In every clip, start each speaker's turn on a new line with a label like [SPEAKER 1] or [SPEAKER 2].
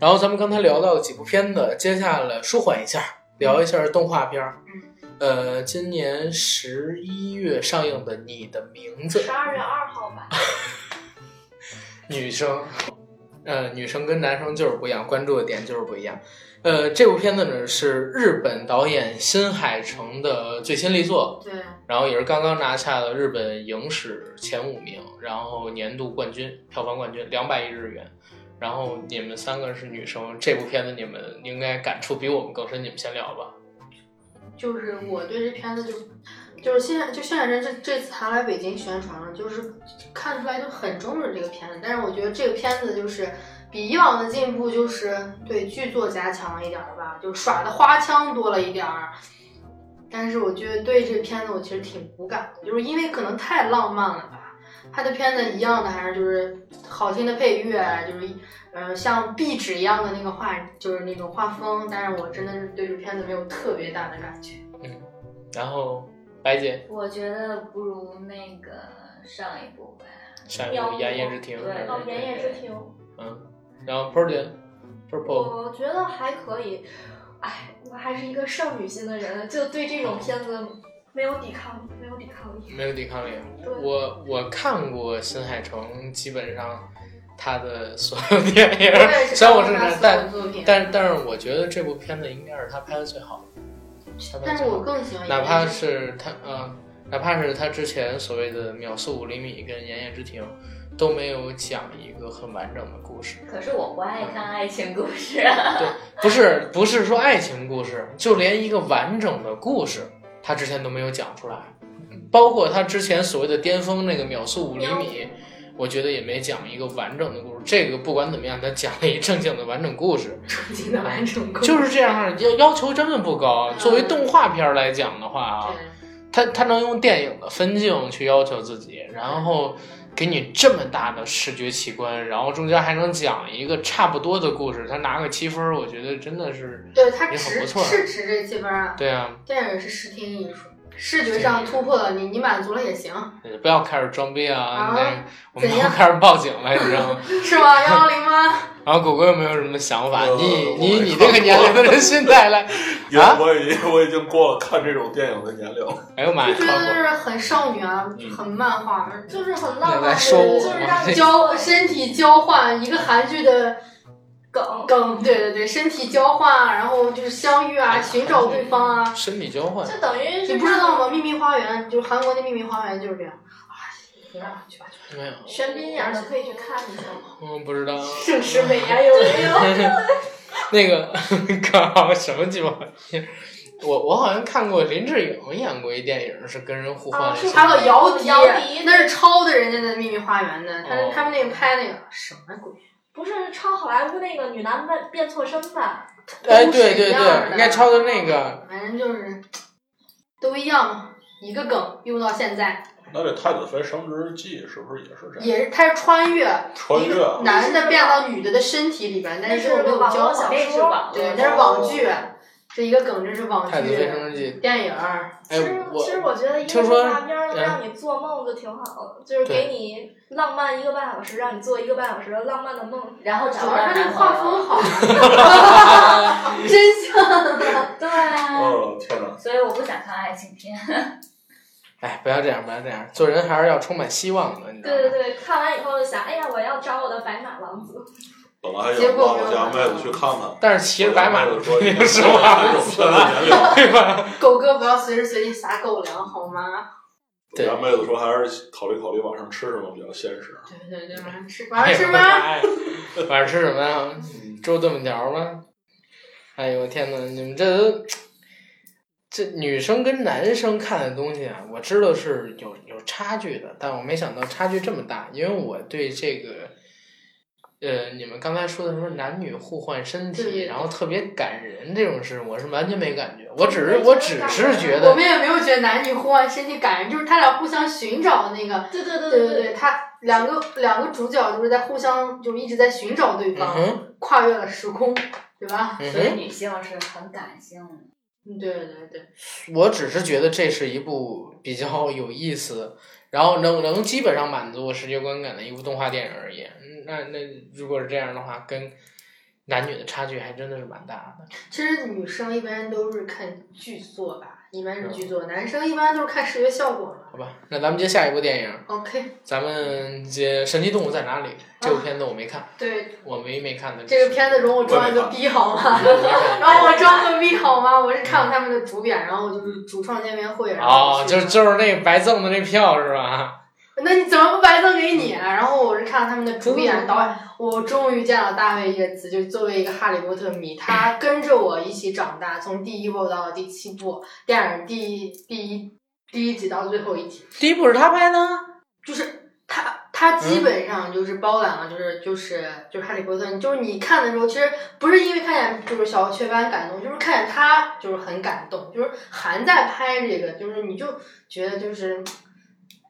[SPEAKER 1] 然后咱们刚才聊到了几部片子，接下来舒缓一下，聊一下动画片儿。呃，今年十一月上映的《你的名字》，
[SPEAKER 2] 十二月二号吧，
[SPEAKER 1] 女生，呃，女生跟男生就是不一样，关注的点就是不一样。呃，这部片子呢是日本导演新海诚的最新力作，
[SPEAKER 2] 对，
[SPEAKER 1] 然后也是刚刚拿下了日本影史前五名，然后年度冠军，票房冠军两百亿日元。然后你们三个是女生，这部片子你们应该感触比我们更深，你们先聊吧。
[SPEAKER 2] 就是我对这片子就就是现在就现在人这这次还来北京宣传了，就是看出来就很重视这个片子，但是我觉得这个片子就是。比以往的进步就是对剧作加强了一点儿吧，就耍的花枪多了一点儿。但是我觉得对这片子我其实挺无感的，就是因为可能太浪漫了吧。他的片子一样的还是就是好听的配乐，就是呃像壁纸一样的那个画，就是那种画风。但是我真的是对这片子没有特别大的感觉。
[SPEAKER 1] 然后白姐
[SPEAKER 3] 我觉得不如那个上一部吧。
[SPEAKER 1] 上一部《嗯炎夜之庭》嗯
[SPEAKER 3] 对
[SPEAKER 1] 是吧，
[SPEAKER 4] 哦，炎夜之庭，
[SPEAKER 1] 嗯，然后 Purple，Purple，
[SPEAKER 4] 我觉得还可以。哎，我还是一个少女心的人，就对这种片子没有抵抗，没有抵抗力。
[SPEAKER 1] 没有抵抗力。
[SPEAKER 4] 对，
[SPEAKER 1] 我我看过新海诚，基本上他的所有电影
[SPEAKER 2] 我也，是
[SPEAKER 1] 虽然我是
[SPEAKER 2] 看
[SPEAKER 1] 男
[SPEAKER 2] 过他，
[SPEAKER 1] 但
[SPEAKER 2] 所有作品，
[SPEAKER 1] 但但是我觉得这部片子应该是他拍的最好的，他拍
[SPEAKER 2] 但
[SPEAKER 1] 的
[SPEAKER 2] 是
[SPEAKER 1] 最好
[SPEAKER 2] 我
[SPEAKER 1] 的
[SPEAKER 2] 更喜欢，
[SPEAKER 1] 哪怕是他呃，哪怕是他之前所谓的《秒速五厘米》跟《炎夜之庭》，都没有讲一个很完整的故事。
[SPEAKER 3] 可是我不爱看爱情故 事，啊
[SPEAKER 1] 对，不是不是说爱情故事，就连一个完整的故事，他之前都没有讲出来。 包括他之前所谓的巅峰那个《秒速五厘米》，我觉得也没讲一个完整的故事。这个不管怎么样，他讲了一正经的完整故事。
[SPEAKER 2] 纯净的完成功，
[SPEAKER 1] 就是这样，要要求真的不高。
[SPEAKER 2] 嗯
[SPEAKER 1] 作为动画片儿来讲的话啊，
[SPEAKER 2] 对
[SPEAKER 1] 它它能用电影的分镜去要求自己，然后给你这么大的视觉奇观，然后中间还能讲一个差不多的故事，他拿个七分儿，我觉得真的是，
[SPEAKER 2] 对，它
[SPEAKER 1] 也很
[SPEAKER 2] 值
[SPEAKER 1] 不错
[SPEAKER 2] 是值这七分啊。
[SPEAKER 1] 对啊，
[SPEAKER 2] 电影是视听艺术，视觉上突破了你，你满足了也行，
[SPEAKER 1] 不要开始装逼啊，
[SPEAKER 2] 啊
[SPEAKER 1] 那个我们
[SPEAKER 2] 怎
[SPEAKER 1] 都
[SPEAKER 2] 样
[SPEAKER 1] 开始报警了，你知道吗？
[SPEAKER 2] 是吗？幺幺零吗？
[SPEAKER 1] 然后狗狗有没有什么想法？
[SPEAKER 5] 呃
[SPEAKER 1] 你
[SPEAKER 5] 我
[SPEAKER 1] 你以你这个年龄的人心态来，
[SPEAKER 5] 有
[SPEAKER 1] 啊
[SPEAKER 5] 我已经我已经过了看这种电影的年龄了。
[SPEAKER 1] 哎呦妈
[SPEAKER 2] 就
[SPEAKER 1] 呀，
[SPEAKER 2] 觉得就是很少女啊，
[SPEAKER 5] 嗯
[SPEAKER 2] 很漫画，
[SPEAKER 4] 就是很浪
[SPEAKER 1] 那
[SPEAKER 4] 漫
[SPEAKER 1] 来
[SPEAKER 4] 的，
[SPEAKER 1] 说我
[SPEAKER 4] 就是让你
[SPEAKER 2] 交身体交换，一个韩剧的
[SPEAKER 4] 梗。
[SPEAKER 2] 梗，对对对，身体交换啊，然后就是相遇啊，寻找对方啊。
[SPEAKER 1] 身体交换，
[SPEAKER 4] 就等于是
[SPEAKER 2] 你不知道吗？秘密花园就是韩国那秘密花园就是这样。哎别让我去吧，去吧
[SPEAKER 1] 没有，
[SPEAKER 4] 玄彬演的可以去看一下。
[SPEAKER 1] 嗯，不知道。
[SPEAKER 2] 盛世美颜有没有？
[SPEAKER 1] 那个靠什么鸡巴玩意儿？我我好像看过林志颖演过一电影，是跟人互换
[SPEAKER 4] 啊
[SPEAKER 1] 了
[SPEAKER 4] 是
[SPEAKER 1] 身
[SPEAKER 2] 还
[SPEAKER 1] 份。
[SPEAKER 2] 有姚笛，
[SPEAKER 4] 姚笛
[SPEAKER 2] 那是抄的人家的秘密花园的，他
[SPEAKER 1] 哦
[SPEAKER 2] 他们那个拍那个什么鬼？
[SPEAKER 4] 不是抄好莱坞那个女男扮变错身吧？
[SPEAKER 1] 哎，
[SPEAKER 2] 都是
[SPEAKER 1] 对
[SPEAKER 2] 一
[SPEAKER 1] 对
[SPEAKER 2] 样
[SPEAKER 1] 对，
[SPEAKER 2] 的哦
[SPEAKER 1] 应该抄的那个。
[SPEAKER 2] 反正就是都一样嘛，一个梗用到现在，
[SPEAKER 5] 那这《太子妃升职记》是不是也是这样？
[SPEAKER 2] 也是它是穿越，
[SPEAKER 5] 穿
[SPEAKER 2] 一
[SPEAKER 5] 越
[SPEAKER 2] 个男的变到女的的身体里边，但是没有
[SPEAKER 4] 网
[SPEAKER 2] 交
[SPEAKER 4] 络
[SPEAKER 2] 换
[SPEAKER 4] 小。
[SPEAKER 3] 那是
[SPEAKER 4] 说。
[SPEAKER 3] 网
[SPEAKER 2] 对，
[SPEAKER 3] 络
[SPEAKER 2] 那是网剧，这一个梗，这是网
[SPEAKER 1] 哦太子
[SPEAKER 2] 剧
[SPEAKER 1] 妃升职记
[SPEAKER 2] 电影儿。》。
[SPEAKER 1] 哎
[SPEAKER 4] 其实，其实
[SPEAKER 1] 我
[SPEAKER 4] 我觉得一
[SPEAKER 1] 听
[SPEAKER 4] 个
[SPEAKER 1] 说
[SPEAKER 4] 动画片儿让你做梦就挺好的，就是
[SPEAKER 1] 对
[SPEAKER 4] 给你浪漫一个半小时，让你做一个半小时的浪漫的梦。
[SPEAKER 3] 然后找
[SPEAKER 2] 主
[SPEAKER 3] 不
[SPEAKER 2] 要
[SPEAKER 3] 到
[SPEAKER 2] 是这
[SPEAKER 3] 男
[SPEAKER 2] 画
[SPEAKER 3] 朋
[SPEAKER 2] 风
[SPEAKER 3] 友。
[SPEAKER 2] 好， 真相。
[SPEAKER 3] 对
[SPEAKER 2] 嗯
[SPEAKER 3] 啊，
[SPEAKER 5] 哦，天哪！
[SPEAKER 3] 所以我不想看爱情片。
[SPEAKER 1] 哎，不要这样，不要这样，做人还是要充满希望的，你知道
[SPEAKER 4] 对对
[SPEAKER 1] 吗？
[SPEAKER 4] 对，看完以后就想，哎呀，我要找我的白马王子。
[SPEAKER 5] 本来还
[SPEAKER 2] 结
[SPEAKER 5] 想
[SPEAKER 2] 果
[SPEAKER 5] 拉
[SPEAKER 2] 没有
[SPEAKER 5] 我家
[SPEAKER 2] 拿
[SPEAKER 5] 妹
[SPEAKER 2] 到
[SPEAKER 5] 子去看看，
[SPEAKER 1] 但是骑着白马
[SPEAKER 5] 我家妹
[SPEAKER 1] 的
[SPEAKER 5] 子说
[SPEAKER 1] 肯
[SPEAKER 5] 你
[SPEAKER 1] 定是
[SPEAKER 5] 这
[SPEAKER 1] 王
[SPEAKER 5] 种
[SPEAKER 1] 子
[SPEAKER 5] 片
[SPEAKER 1] 了，
[SPEAKER 5] 的年龄。
[SPEAKER 1] 对吧？
[SPEAKER 2] 狗哥不要随时随地撒狗粮好吗？
[SPEAKER 5] 我家妹子说还是考虑考虑晚上吃什么比较现实。
[SPEAKER 2] 对对对，晚上吃，晚上吃吗？
[SPEAKER 1] 哎？ 晚上吃什么呀？粥炖粉条吗？哎呦我天哪！你们这都这女生跟男生看的东西啊，我知道是有有差距的，但我没想到差距这么大，因为我对这个。呃，你们刚才说的什么男女互换身体，
[SPEAKER 2] 对
[SPEAKER 1] 然后特别感人这种事，我是完全没感觉。我只
[SPEAKER 4] 我
[SPEAKER 1] 是
[SPEAKER 4] 也觉得
[SPEAKER 1] 我只是觉
[SPEAKER 2] 我
[SPEAKER 1] 得
[SPEAKER 2] 们也没有觉得男女互换身体感人，就是他俩互相寻找的那个
[SPEAKER 4] 对对对
[SPEAKER 2] 对对
[SPEAKER 4] 对
[SPEAKER 2] 对，他两个两个主角就是在互相就是一直在寻找对
[SPEAKER 1] 嗯
[SPEAKER 2] 方，
[SPEAKER 1] 哼，
[SPEAKER 2] 跨越了时空，对吧？
[SPEAKER 1] 嗯
[SPEAKER 3] 所以
[SPEAKER 1] 哼，
[SPEAKER 3] 女性是很感性的。
[SPEAKER 2] 嗯，对对对，
[SPEAKER 1] 我只是觉得这是一部比较有意思，然后能能基本上满足我视觉观感的一部动画电影而已。嗯那那如果是这样的话，跟男女的差距还真的是蛮大的。
[SPEAKER 2] 其实女生一般都是看剧作吧，一般是剧
[SPEAKER 1] 嗯
[SPEAKER 2] 作，男生一般都是看视觉效果嘛。
[SPEAKER 1] 好吧，那咱们接下一部电影，
[SPEAKER 2] OK，
[SPEAKER 1] 咱们接《神奇动物在哪里》这部片子我没看，
[SPEAKER 2] 对
[SPEAKER 1] 我唯一没看的
[SPEAKER 2] 这个片子容我装一个逼好吗？
[SPEAKER 1] 我没看。
[SPEAKER 2] 然后我装个逼好吗？我是看了他们的主演，然后我就是主创见面会，然后
[SPEAKER 1] 哦
[SPEAKER 2] 我，去
[SPEAKER 1] 就
[SPEAKER 2] 的
[SPEAKER 1] 是就是那个白赠的那票是吧？
[SPEAKER 2] 那你怎么不白赠给你、啊？然后我是看了他们的主演导演，我终于见了大卫·叶茨，就作为一个哈利波特迷， 他跟着我一起长大，从第一部到第七部，电影第一第一第一集到最后一集，
[SPEAKER 1] 第一部是他拍的，
[SPEAKER 2] 就是他他
[SPEAKER 1] 嗯
[SPEAKER 2] 基本上就是包揽了，就是就是就是哈利波特，就是你看的时候，其实不是因为看见就是小雀斑感动，就是看见他就是很感动，就是韩在拍这个，就是你就觉得就是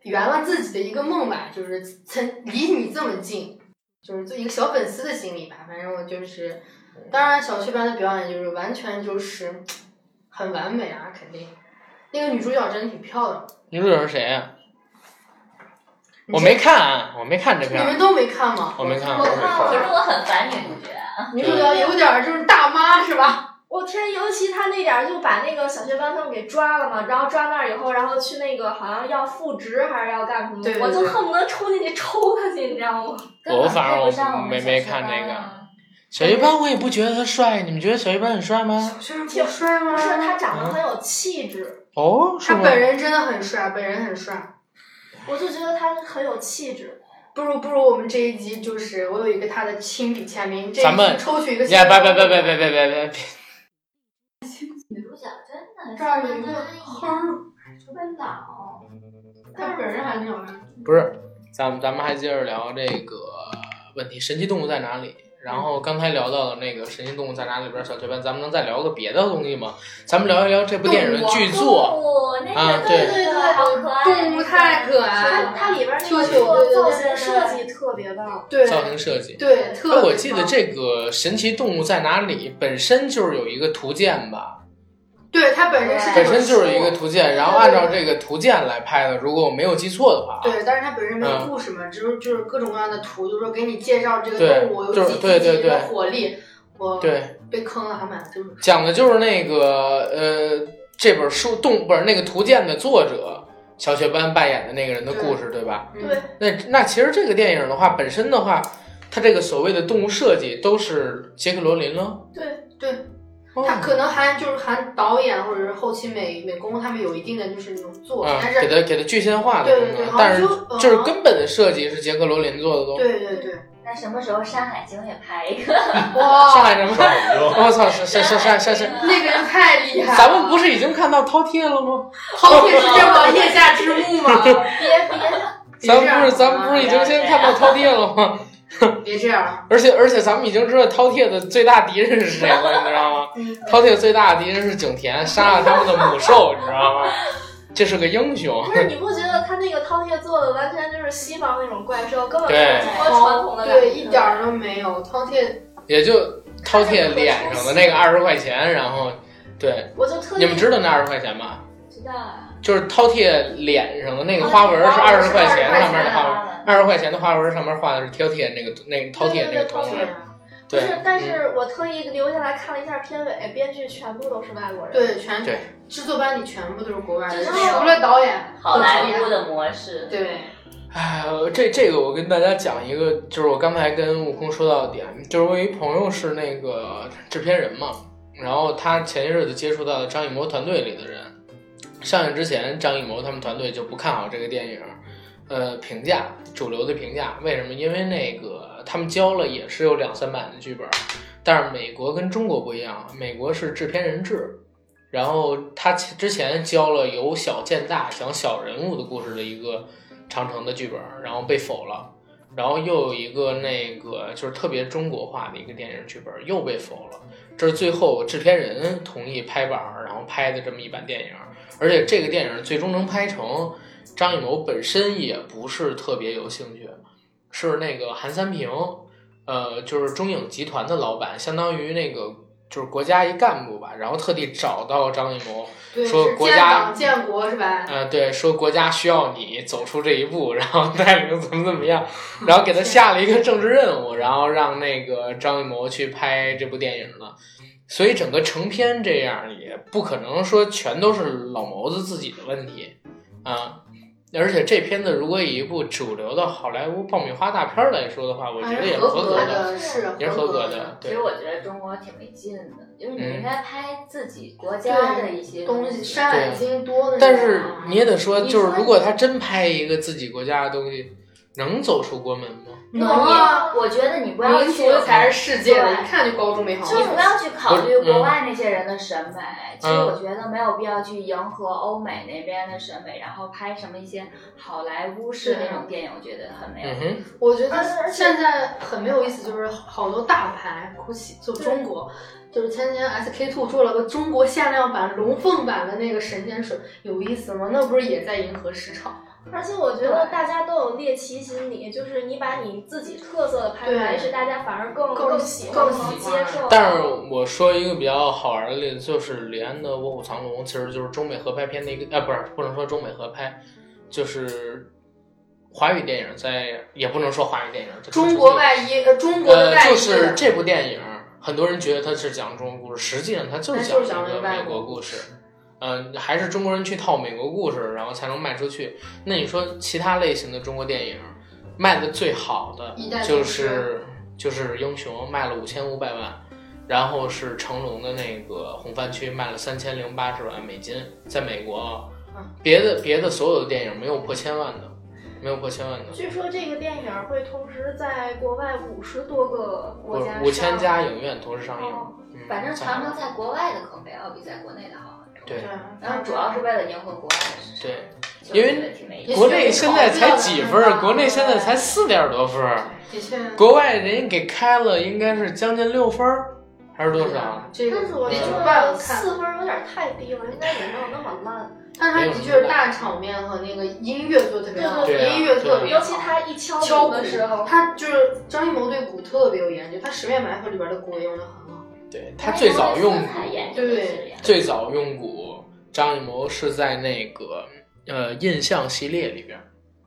[SPEAKER 2] 圆了自己的一个梦吧，就是曾离你这么近，就是做一个小粉丝的心理吧。反正我就是，当然小雀斑的表演就是完全就是很完美啊，肯定那个女主角真的挺漂亮的。
[SPEAKER 1] 女主角是谁啊？
[SPEAKER 2] 你
[SPEAKER 1] 我没看啊，我没看这
[SPEAKER 2] 这
[SPEAKER 1] 片
[SPEAKER 2] 你们
[SPEAKER 1] 儿，
[SPEAKER 2] 都没看吗？
[SPEAKER 1] 我没看，
[SPEAKER 3] 我
[SPEAKER 1] 我没
[SPEAKER 3] 看了，可
[SPEAKER 1] 看。
[SPEAKER 3] 是我很烦女主角。
[SPEAKER 2] 女主角有点儿就是大妈是吧？
[SPEAKER 4] 我天，尤其他那点儿就把那个小学班他们给抓了嘛，然后抓那儿以后，然后去那个好像要复职还是要干什么，
[SPEAKER 2] 对对
[SPEAKER 4] 我就
[SPEAKER 2] 对
[SPEAKER 4] 恨不得冲进去抽他去，你知道吗？
[SPEAKER 3] 根本
[SPEAKER 1] 我反而
[SPEAKER 3] 配不上
[SPEAKER 1] 我
[SPEAKER 3] 们
[SPEAKER 1] 没
[SPEAKER 3] 小
[SPEAKER 1] 没
[SPEAKER 3] 学
[SPEAKER 1] 看
[SPEAKER 3] 班
[SPEAKER 1] 那个
[SPEAKER 3] 啊
[SPEAKER 1] 小一班我也不觉得他帅，你们觉得小一班很帅吗？
[SPEAKER 2] 小生挺帅吗
[SPEAKER 4] 不是他长得很有气质，
[SPEAKER 1] 哦，是
[SPEAKER 2] 他
[SPEAKER 1] 吗？
[SPEAKER 2] 本人真的很帅，本人很帅。
[SPEAKER 4] 我就觉得他很有气质。
[SPEAKER 2] 不如不如我们这一集就是我有一个他的亲笔签名，这一
[SPEAKER 1] 咱们
[SPEAKER 2] 集抽取一个。
[SPEAKER 1] 呀，别别别别别别别别！
[SPEAKER 3] 女主角真的
[SPEAKER 2] 这儿有一个
[SPEAKER 3] 黑
[SPEAKER 2] 坑儿，
[SPEAKER 3] 特别老，
[SPEAKER 2] 但本人还挺好看。
[SPEAKER 1] 不是，咱们咱们还接着聊这个问题，神奇动物在哪里？然后刚才聊到了那个《神奇动物在哪里》里边儿小雀斑，咱们能再聊个别的东西吗？咱们聊一聊这部电影的剧作。
[SPEAKER 3] 动物那个
[SPEAKER 1] 啊
[SPEAKER 3] 对
[SPEAKER 2] 对
[SPEAKER 3] 对，好可爱，
[SPEAKER 2] 动物太可爱
[SPEAKER 4] 它
[SPEAKER 2] 了，
[SPEAKER 4] 它里边那
[SPEAKER 2] 跳
[SPEAKER 4] 个
[SPEAKER 2] 起舞对对
[SPEAKER 4] 造
[SPEAKER 2] 对
[SPEAKER 4] 型设计特别棒，
[SPEAKER 2] 对
[SPEAKER 1] 造型设计。
[SPEAKER 2] 对，特
[SPEAKER 1] 哎，
[SPEAKER 2] 别
[SPEAKER 1] 我记得
[SPEAKER 2] 棒
[SPEAKER 1] 这个《神奇动物在哪里》本身就是有一个图鉴吧，
[SPEAKER 2] 对他本人是这
[SPEAKER 1] 本
[SPEAKER 2] 本
[SPEAKER 1] 身就是有一个
[SPEAKER 2] 书
[SPEAKER 1] 图鉴，然后按照这个图鉴来拍的。如果我没有记错的话啊，
[SPEAKER 2] 对，但是他本身没有
[SPEAKER 1] 嗯
[SPEAKER 2] 故事嘛，只有就是各种各样的图，就是说给你介绍这个
[SPEAKER 1] 对
[SPEAKER 2] 动物有
[SPEAKER 1] 就
[SPEAKER 2] 几
[SPEAKER 1] 是
[SPEAKER 2] 几
[SPEAKER 1] 对对
[SPEAKER 2] 几的
[SPEAKER 1] 对
[SPEAKER 2] 火力。我
[SPEAKER 1] 对，
[SPEAKER 2] 被坑了，还买了这本书。
[SPEAKER 1] 讲的就是那个呃，这本书动不是那个图鉴的作者小雀斑扮演的那个人的故事，对吧？
[SPEAKER 2] 嗯
[SPEAKER 4] 对，
[SPEAKER 1] 那那其实这个电影的话，本身的话，它这个所谓的动物设计都是杰克罗林了。
[SPEAKER 4] 对
[SPEAKER 2] 对，
[SPEAKER 1] 哦
[SPEAKER 2] 他可能还就是含导演或者是后期美美工他们有一定的就是那种做，
[SPEAKER 1] 啊、
[SPEAKER 2] 但
[SPEAKER 1] 给
[SPEAKER 2] 是
[SPEAKER 1] 它给它具象化的
[SPEAKER 2] 对对
[SPEAKER 1] 功
[SPEAKER 2] 对
[SPEAKER 1] 能，
[SPEAKER 2] 好像
[SPEAKER 1] 但是
[SPEAKER 2] 说嗯
[SPEAKER 1] 就是根本的设计是杰克罗林做的都。
[SPEAKER 2] 对对对，
[SPEAKER 3] 那什么时候《山海经》也拍一个？
[SPEAKER 1] 上
[SPEAKER 2] 哇，
[SPEAKER 1] 海什么？
[SPEAKER 5] 海经
[SPEAKER 1] 我操！是是是是是是，
[SPEAKER 2] 那个人太厉害了，
[SPEAKER 1] 咱们不是已经看到饕餮了吗？
[SPEAKER 2] 饕餮是这啊网页下之幕吗？
[SPEAKER 3] 别别，
[SPEAKER 1] 咱
[SPEAKER 2] 别这
[SPEAKER 1] 们
[SPEAKER 2] 样
[SPEAKER 1] 不是咱们
[SPEAKER 2] 啊
[SPEAKER 1] 不是已经先看到饕餮了吗？
[SPEAKER 2] 别这样，
[SPEAKER 1] 而且而且咱们已经知道饕餮的最大敌人是谁了，你知道吗？
[SPEAKER 2] 嗯
[SPEAKER 1] 饕餮最大的敌人是景田，杀了他们的母兽，你知道吗？这是个英雄
[SPEAKER 2] 哦
[SPEAKER 4] 不。是你不觉得他那个饕餮做的完全就是西方那种怪兽，根本没有
[SPEAKER 1] 对
[SPEAKER 4] 中国传统的感觉，
[SPEAKER 2] 哦对，一点儿都没有，饕餮
[SPEAKER 1] 也就饕餮脸上的那个二十块钱，然后对，
[SPEAKER 4] 我就特意
[SPEAKER 1] 你们知道那二十块钱吧？
[SPEAKER 3] 知道啊？
[SPEAKER 1] 就是饕餮脸上的那个花纹是二十块钱上面的花纹，二十块钱的花纹上面画的是饕餮那个那个饕餮那个图
[SPEAKER 4] 对
[SPEAKER 1] 案。
[SPEAKER 4] 不
[SPEAKER 1] 对
[SPEAKER 4] 是，，但是我特意留下来看了一下片尾，编剧全部都是外国人。，
[SPEAKER 2] 对，全
[SPEAKER 1] 对
[SPEAKER 2] 制作班里全部都是国外人，
[SPEAKER 3] 就是那种
[SPEAKER 2] 除了导演
[SPEAKER 3] 好
[SPEAKER 2] 和
[SPEAKER 3] 莱
[SPEAKER 2] 主
[SPEAKER 3] 坞
[SPEAKER 2] 演，
[SPEAKER 3] 的模式，，
[SPEAKER 2] 对，
[SPEAKER 1] 哎，这这个我跟大家讲一个，就是我刚才跟悟空说到的点，就是我有一朋友是那个制片人嘛，然后他前些日子接触到的张艺谋团队里的人，上映之前张艺谋他们团队就不看好这个电影，呃，评价主流的评价，为什么？因为那个他们交了也是有两三版的剧本，但是美国跟中国不一样，美国是制片人制。然后他前之前交了由小见大讲小人物的故事的一个长城的剧本，然后被否了。然后又有一个那个就是特别中国化的一个电影剧本又被否了，这是最后制片人同意拍板儿，然后拍的这么一版电影，而且这个电影最终能拍成，张艺谋本身也不是特别有兴趣，是那个韩三平，呃，就是中影集团的老板，相当于那个就是国家一干部吧，然后特地找到张艺谋，
[SPEAKER 2] 对，
[SPEAKER 1] 说
[SPEAKER 2] 是
[SPEAKER 1] 国
[SPEAKER 2] 建
[SPEAKER 1] 家
[SPEAKER 2] 党建国是吧？
[SPEAKER 1] 呃，对，说国家需要你走出这一步，然后 带领怎么怎么样，然后给他下了一个政治任务，然后让那个张艺谋去拍这部电影了。所以整个成片这样也不可能说全都是老谋子自己的问题啊。而且这片子如果以一部主流的好莱坞爆米花大片儿来说的话，我觉
[SPEAKER 2] 还
[SPEAKER 1] 得
[SPEAKER 2] 是
[SPEAKER 1] 也
[SPEAKER 2] 哎合
[SPEAKER 1] 合格
[SPEAKER 2] 格
[SPEAKER 1] 的，
[SPEAKER 2] 的，是
[SPEAKER 1] 也是合格的。。
[SPEAKER 3] 其
[SPEAKER 1] 对
[SPEAKER 3] 实，我觉得中国挺没劲的，就是你应该拍自己国家
[SPEAKER 2] 对
[SPEAKER 3] 的一些
[SPEAKER 2] 东西
[SPEAKER 3] 西。
[SPEAKER 2] 山海经多的那种啊，
[SPEAKER 1] 但是你也得说，
[SPEAKER 3] 你
[SPEAKER 1] 就是
[SPEAKER 3] 说
[SPEAKER 1] 如果他真拍一个自己国家的东西，能走出国门吗？
[SPEAKER 3] 如
[SPEAKER 2] 能
[SPEAKER 3] 果
[SPEAKER 2] 啊，
[SPEAKER 3] 你，我觉得你不要
[SPEAKER 2] 民
[SPEAKER 3] 去
[SPEAKER 2] 族才是世界的，一看就高中没好。
[SPEAKER 3] 就不要去考虑国外那些人的审美。其实
[SPEAKER 1] 嗯
[SPEAKER 3] 我觉得没有必要去迎合欧美那边的审美，然后拍什么一些好莱坞式那种电影，我觉得很没有
[SPEAKER 1] 嗯
[SPEAKER 3] 意
[SPEAKER 1] 哼。
[SPEAKER 3] 思。
[SPEAKER 2] 我觉
[SPEAKER 4] 而
[SPEAKER 2] 得
[SPEAKER 4] 且
[SPEAKER 2] 现在很没有意思，就是好多大牌，哭泣就中国，就是前几年 SK two 做了个中国限量版、龙凤版的那个神仙水，有意思吗？那不是也在迎合市场？
[SPEAKER 4] 而且我觉得大家都有猎奇心理，就是你把你自己特色的拍出来，
[SPEAKER 2] 对
[SPEAKER 4] 是大家反而更
[SPEAKER 2] 更
[SPEAKER 4] 喜
[SPEAKER 2] 更
[SPEAKER 4] 更能
[SPEAKER 2] 喜欢
[SPEAKER 4] 接受。
[SPEAKER 1] 但是我说一个比较好玩的例子，就是李安的《卧虎藏龙》，其实就是中美合拍片的一个，呃，不是不能说中美合拍，就是华语电影在，也不能说华语电影，这
[SPEAKER 2] 中国外衣，呃，中国
[SPEAKER 1] 呃，
[SPEAKER 2] 的外衣，啊
[SPEAKER 1] 就是这部电影，很多人觉得它是讲中国故事，实际上它就
[SPEAKER 2] 它
[SPEAKER 1] 讲
[SPEAKER 2] 就是讲
[SPEAKER 1] 一
[SPEAKER 2] 了
[SPEAKER 1] 个
[SPEAKER 2] 外
[SPEAKER 1] 美国
[SPEAKER 2] 国
[SPEAKER 1] 故事。嗯、还是中国人去套美国故事，然后才能卖出去。那你说其他类型的中国电影卖的最好的
[SPEAKER 2] 一代
[SPEAKER 1] 就
[SPEAKER 2] 宗
[SPEAKER 1] 是
[SPEAKER 2] 师
[SPEAKER 1] 就是《英雄》卖了五千五百万，然后是成龙的那个《红番区》卖了三千零八十万美金，在美国啊
[SPEAKER 2] 嗯，
[SPEAKER 1] 别的别的所有的电影没有破千万的，没有破千万的。
[SPEAKER 4] 据说这个电影会同时在国外五十多个国家
[SPEAKER 1] 五五千
[SPEAKER 4] 上
[SPEAKER 1] 家影院同时上映，
[SPEAKER 4] 哦
[SPEAKER 1] 嗯
[SPEAKER 3] 反正
[SPEAKER 1] 在
[SPEAKER 3] 常
[SPEAKER 1] 海外
[SPEAKER 3] 常在国外的口碑要比在国内的好很多。
[SPEAKER 1] 对
[SPEAKER 2] 嗯
[SPEAKER 3] 然后主要是为了迎合国外的市场，
[SPEAKER 1] 对，
[SPEAKER 3] 所以
[SPEAKER 1] 因为
[SPEAKER 3] 我觉得挺没意
[SPEAKER 2] 也
[SPEAKER 3] 思。
[SPEAKER 1] 国
[SPEAKER 2] 许
[SPEAKER 1] 内
[SPEAKER 2] 没
[SPEAKER 1] 现
[SPEAKER 2] 考
[SPEAKER 1] 在
[SPEAKER 2] 虑
[SPEAKER 1] 才
[SPEAKER 2] 到
[SPEAKER 1] 几
[SPEAKER 2] 的
[SPEAKER 1] 分儿？
[SPEAKER 2] 话
[SPEAKER 1] 国内现在才四点多分儿，
[SPEAKER 2] 的确，
[SPEAKER 1] 国外人家给开了，应该是将近六分儿，还是多少？？
[SPEAKER 2] 这个
[SPEAKER 4] 但是我
[SPEAKER 2] 得
[SPEAKER 4] 觉
[SPEAKER 2] 慢慢
[SPEAKER 4] 得
[SPEAKER 2] 看
[SPEAKER 4] 四分儿有点太低了，应该也没有那么烂。
[SPEAKER 2] 但是它的确是大场面和那个音乐做得特别好，
[SPEAKER 1] 对啊
[SPEAKER 2] 音乐特别
[SPEAKER 4] 尤
[SPEAKER 2] 好。
[SPEAKER 4] 其他一敲
[SPEAKER 2] 敲
[SPEAKER 4] 鼓
[SPEAKER 2] 鼓
[SPEAKER 4] 的时候，
[SPEAKER 2] 他就是张艺谋对鼓特别有研究，他《十面埋伏》里边的鼓也用的很好。
[SPEAKER 1] 对他最早用
[SPEAKER 3] 色
[SPEAKER 1] 鼓，
[SPEAKER 3] 彩研究
[SPEAKER 2] 对
[SPEAKER 3] 是呀
[SPEAKER 1] 最早用鼓，张艺谋是在那个呃印象系列里边儿，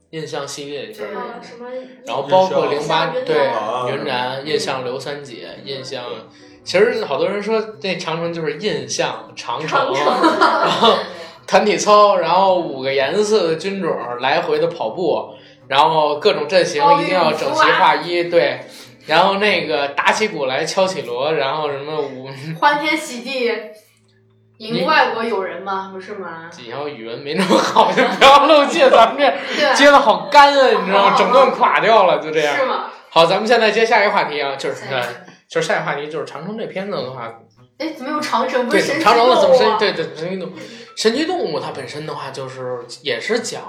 [SPEAKER 1] 印象系列里边儿
[SPEAKER 2] 对
[SPEAKER 1] 用
[SPEAKER 4] 啊
[SPEAKER 1] 的。
[SPEAKER 4] 什么，
[SPEAKER 1] 然后包括
[SPEAKER 5] 印
[SPEAKER 1] 零八
[SPEAKER 4] 象
[SPEAKER 1] 对
[SPEAKER 5] 啊
[SPEAKER 1] 云南印象刘三姐印象，其实好多人说那长城就是印象长城，然后团体操，然后五个颜色的军种来回的跑步，然后各种阵型
[SPEAKER 2] 奥运
[SPEAKER 1] 一定要整齐
[SPEAKER 2] 服啊
[SPEAKER 1] 划一，对。然后那个打起鼓来敲起锣，然后什么舞，
[SPEAKER 2] 欢天喜地迎外国友人嘛，不是吗？
[SPEAKER 1] 然后语文没那么好，就不要露怯，咱们这
[SPEAKER 2] 对吧，
[SPEAKER 1] 接的好干啊，你知道吗？整段垮掉了，就这样
[SPEAKER 2] 是。哎吗？
[SPEAKER 1] 好，咱们现在接下一个话题啊，就是
[SPEAKER 2] 下一个
[SPEAKER 1] 就是下一个话题就是长城这片子的话，
[SPEAKER 2] 哎，怎么有长城？不
[SPEAKER 1] 对
[SPEAKER 2] 是神奇
[SPEAKER 1] 长城的怎么
[SPEAKER 2] 动物
[SPEAKER 1] 神
[SPEAKER 2] 啊
[SPEAKER 1] 对对神奇动物，神奇动物它本身的话就是也是讲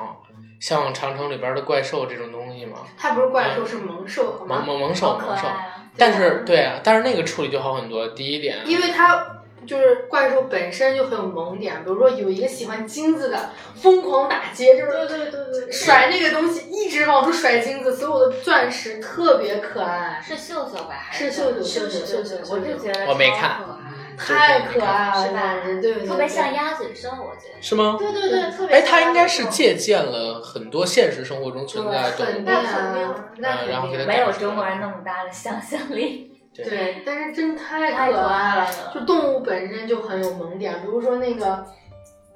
[SPEAKER 1] 像长城里边的怪兽这种东西嘛，
[SPEAKER 2] 它不是怪兽，是猛兽，好
[SPEAKER 1] 嗯猛
[SPEAKER 2] 吗？
[SPEAKER 1] 猛猛
[SPEAKER 3] 好
[SPEAKER 1] 兽
[SPEAKER 3] 可
[SPEAKER 1] 猛兽
[SPEAKER 3] 爱，啊！
[SPEAKER 1] 但是对啊，但是那个处理就好很多。第一点，
[SPEAKER 2] 因为它。就是怪兽本身就很有萌点，比如说有一个喜欢金子的，疯狂打劫，就
[SPEAKER 4] 对
[SPEAKER 2] 是
[SPEAKER 4] 对对对，
[SPEAKER 2] 甩那个东西，一直往出甩金子，所有的钻石特别可爱。
[SPEAKER 3] 是秀秀吧？还
[SPEAKER 2] 是秀秀秀
[SPEAKER 3] 秀
[SPEAKER 2] 秀
[SPEAKER 3] 秀
[SPEAKER 2] 秀
[SPEAKER 3] 我就觉得
[SPEAKER 1] 我没
[SPEAKER 3] 超
[SPEAKER 1] 看
[SPEAKER 3] 可
[SPEAKER 1] 嗯
[SPEAKER 2] 太
[SPEAKER 3] 爱
[SPEAKER 2] 可爱了，
[SPEAKER 3] 是吧
[SPEAKER 2] 对对对，
[SPEAKER 3] 特别像鸭嘴兽，我觉得。
[SPEAKER 1] 是吗？
[SPEAKER 4] 对对对，特别
[SPEAKER 1] 哎，
[SPEAKER 4] 像
[SPEAKER 1] 它应该是
[SPEAKER 4] 那种
[SPEAKER 1] 借鉴了很多现实生活中存在的
[SPEAKER 2] 肯
[SPEAKER 1] 动
[SPEAKER 2] 定
[SPEAKER 1] 物。
[SPEAKER 2] 啊，那肯
[SPEAKER 1] 嗯然后给它
[SPEAKER 2] 定
[SPEAKER 3] 没有中国人那么大的想象力。
[SPEAKER 2] 对，但是真太
[SPEAKER 3] 太可
[SPEAKER 2] 可爱了，
[SPEAKER 3] 爱了
[SPEAKER 2] 就动物本身就很有萌点，比如说那个。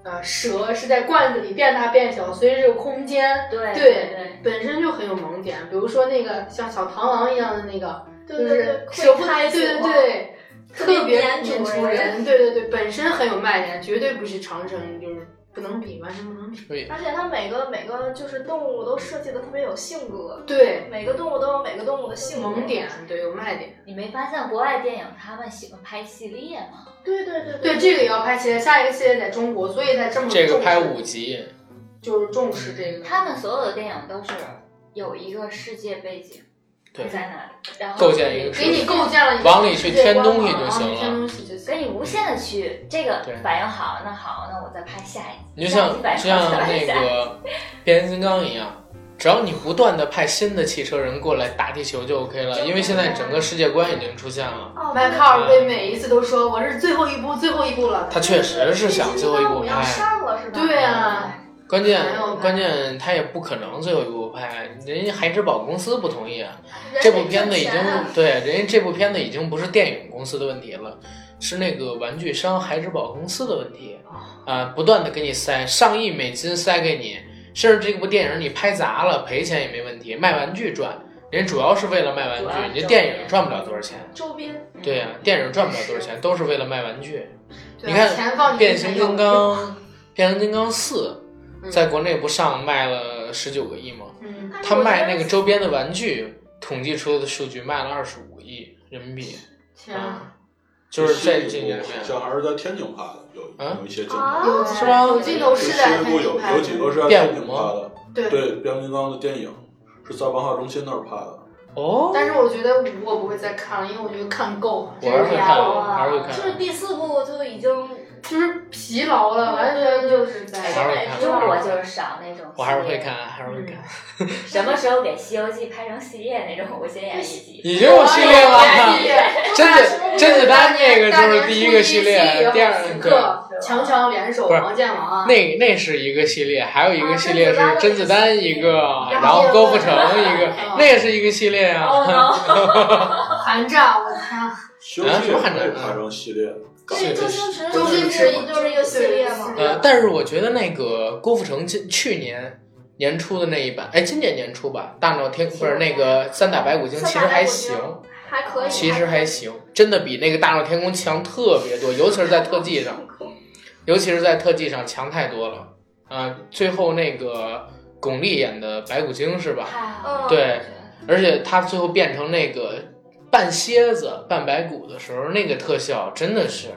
[SPEAKER 2] 呃，蛇是在罐子里变大变小，随着这个空间，
[SPEAKER 3] 对
[SPEAKER 2] 对
[SPEAKER 3] 对，
[SPEAKER 2] 本身就很有萌点。比如说那个像小螳螂一样的那个，
[SPEAKER 4] 对
[SPEAKER 2] 就
[SPEAKER 4] 对
[SPEAKER 2] 是
[SPEAKER 4] 对，
[SPEAKER 2] 舍不得，
[SPEAKER 4] 会啊拍
[SPEAKER 2] 对
[SPEAKER 4] 死
[SPEAKER 2] 对
[SPEAKER 4] 我
[SPEAKER 2] 对，特别
[SPEAKER 4] 特别
[SPEAKER 2] 粘
[SPEAKER 4] 粘
[SPEAKER 2] 住
[SPEAKER 4] 住
[SPEAKER 2] 人，
[SPEAKER 4] 人
[SPEAKER 2] 对对对，本身很有卖点，绝对不是长城就是不能比，完全不能比。
[SPEAKER 1] 对，
[SPEAKER 4] 而且它每个每个就是动物都设计的特别有性格，
[SPEAKER 2] 对，
[SPEAKER 4] 每个动物都有每个动物的性格
[SPEAKER 2] 萌点，对，有卖点。
[SPEAKER 3] 你没发现国外电影他们喜欢拍系列吗？
[SPEAKER 4] 对对对
[SPEAKER 2] 对，这个也要拍系列，下一个系列在中国，所以才这么
[SPEAKER 1] 这个
[SPEAKER 2] 重视
[SPEAKER 1] 拍五集，
[SPEAKER 2] 就是重视这个。
[SPEAKER 3] 他们所有的电影都是有一个世界背景
[SPEAKER 1] 对
[SPEAKER 3] 在那里，然后
[SPEAKER 1] 构建一个
[SPEAKER 2] 给你构建了一个
[SPEAKER 1] 往里去添东西
[SPEAKER 2] 世界观
[SPEAKER 1] 就行
[SPEAKER 2] 往里啊添
[SPEAKER 1] 了。
[SPEAKER 2] 东西就行
[SPEAKER 3] 给。你无限的去这个
[SPEAKER 1] 对
[SPEAKER 3] 反应好，那好，那我再拍下一集，
[SPEAKER 1] 你就
[SPEAKER 3] 下一
[SPEAKER 1] 像
[SPEAKER 3] 集
[SPEAKER 1] 就
[SPEAKER 3] 反应
[SPEAKER 1] 像
[SPEAKER 3] 好再拍
[SPEAKER 1] 那
[SPEAKER 3] 下一集
[SPEAKER 1] 个变形金刚一样，只要你不断的派新的汽车人过来打地球就 OK 了，因为现在整个世界观已经出现了。
[SPEAKER 4] 哦，
[SPEAKER 2] 迈
[SPEAKER 4] 对
[SPEAKER 2] 克尔贝每一次都说我是最后一步，最后一步了。
[SPEAKER 1] 他确实是想最后一步
[SPEAKER 4] 我要
[SPEAKER 1] 拍，
[SPEAKER 4] 上了是吧？
[SPEAKER 2] 对啊，
[SPEAKER 1] 关键
[SPEAKER 2] 没有拍
[SPEAKER 1] 关键他也不可能最后一步拍，人家孩之宝公司不同意啊。
[SPEAKER 4] 人
[SPEAKER 1] 这
[SPEAKER 4] 得
[SPEAKER 1] 部片子已
[SPEAKER 4] 挣
[SPEAKER 1] 经
[SPEAKER 4] 钱啊
[SPEAKER 1] 对人家这部片子已经不是电影公司的问题了，是那个玩具商孩之宝公司的问题啊、不断的给你塞上亿美金塞给你，甚至这部电影你拍砸了赔钱也没问题，卖玩具赚，人家主要是为了卖玩
[SPEAKER 3] 主要是
[SPEAKER 1] 具，人家
[SPEAKER 3] 挣
[SPEAKER 1] 电影
[SPEAKER 3] 钱
[SPEAKER 1] 赚不了多少钱，
[SPEAKER 4] 周边
[SPEAKER 1] 对呀、电影赚不了多少钱，都是为了卖玩具。
[SPEAKER 2] 对
[SPEAKER 1] 你
[SPEAKER 2] 啊
[SPEAKER 1] 看
[SPEAKER 2] 钱放进去
[SPEAKER 1] 变形金
[SPEAKER 2] 才有
[SPEAKER 1] 刚，变形金刚四
[SPEAKER 2] 嗯
[SPEAKER 1] 在国内不上卖了十九个亿吗？
[SPEAKER 2] 嗯，
[SPEAKER 1] 他卖那个周边的玩具，统计出的数据卖了二十五亿人民币，
[SPEAKER 2] 天啊，
[SPEAKER 1] 就是在
[SPEAKER 5] 这
[SPEAKER 1] 这年里
[SPEAKER 5] 好
[SPEAKER 1] 面
[SPEAKER 5] 像还是在天津拍的，有
[SPEAKER 1] 啊
[SPEAKER 5] 有一些镜
[SPEAKER 4] 啊
[SPEAKER 5] 头，
[SPEAKER 2] 有
[SPEAKER 1] 是吗
[SPEAKER 2] 有镜头
[SPEAKER 5] 就是
[SPEAKER 2] 在天
[SPEAKER 5] 西部
[SPEAKER 2] 津
[SPEAKER 5] 有
[SPEAKER 2] 拍的，
[SPEAKER 5] 有几个是在
[SPEAKER 1] 变
[SPEAKER 5] 天津
[SPEAKER 1] 舞
[SPEAKER 5] 拍
[SPEAKER 1] 吗
[SPEAKER 5] 的，
[SPEAKER 2] 对
[SPEAKER 5] 对，变形金刚的电影是在文化中心那儿拍的。
[SPEAKER 1] 哦，
[SPEAKER 2] 但是我觉得五我不会再看了，因为我觉得看够了，
[SPEAKER 1] 我还是会看
[SPEAKER 3] 无
[SPEAKER 1] 的，
[SPEAKER 3] 聊啊
[SPEAKER 1] 还是会
[SPEAKER 3] 嗯
[SPEAKER 4] 就是
[SPEAKER 1] 看的。
[SPEAKER 4] 第四部就已经
[SPEAKER 2] 就是疲劳了，完全就是
[SPEAKER 1] 我还
[SPEAKER 2] 在
[SPEAKER 1] 是会看
[SPEAKER 3] 中国
[SPEAKER 1] 的，
[SPEAKER 3] 就是少那种。
[SPEAKER 1] 我还是会。看，还是会看。
[SPEAKER 3] 什么时候给《西游记》拍成系列那种？我先演 一集。
[SPEAKER 1] 已经有系列
[SPEAKER 2] 哎
[SPEAKER 1] 了，
[SPEAKER 2] 呀
[SPEAKER 1] 甄 子甄子丹那个
[SPEAKER 2] 大
[SPEAKER 1] 就是
[SPEAKER 2] 年
[SPEAKER 1] 第一个系列，第二
[SPEAKER 2] 时
[SPEAKER 1] 对。
[SPEAKER 2] 刻强强联手，
[SPEAKER 1] 不是
[SPEAKER 2] 王建王啊，
[SPEAKER 1] 那那是一个系列，还有一个系列是啊甄子丹一个，然
[SPEAKER 2] 然
[SPEAKER 1] 后
[SPEAKER 2] 后
[SPEAKER 1] 郭富城一个
[SPEAKER 2] 嗯，
[SPEAKER 1] 那也是一个系列啊。
[SPEAKER 3] 哦 no！
[SPEAKER 2] 寒战，我天啊，
[SPEAKER 5] 西游记
[SPEAKER 1] 啊什么
[SPEAKER 5] 也
[SPEAKER 1] 汉
[SPEAKER 5] 可以
[SPEAKER 1] 战
[SPEAKER 5] 拍成系列，
[SPEAKER 4] 对周星驰，
[SPEAKER 2] 周星
[SPEAKER 5] 驰
[SPEAKER 4] 不就是一个系列吗？
[SPEAKER 2] 对
[SPEAKER 1] 呃，但是我觉得那个郭富城今去年年初的那一版，哎，今年年初吧，《大闹天》不是那个《三打白骨精》，
[SPEAKER 4] 三
[SPEAKER 1] 其实
[SPEAKER 4] 打
[SPEAKER 1] 还
[SPEAKER 4] 白骨精
[SPEAKER 1] 行，
[SPEAKER 4] 还可以，
[SPEAKER 1] 其实还行，真的比那个《大闹天宫》强特别多，尤其是在特技上，尤其是在特技上强太多了。啊、最后那个巩俐演的白骨精是吧？
[SPEAKER 3] 啊
[SPEAKER 1] 对，而且他最后变成那个半蝎子半白骨的时候，那个特效真的是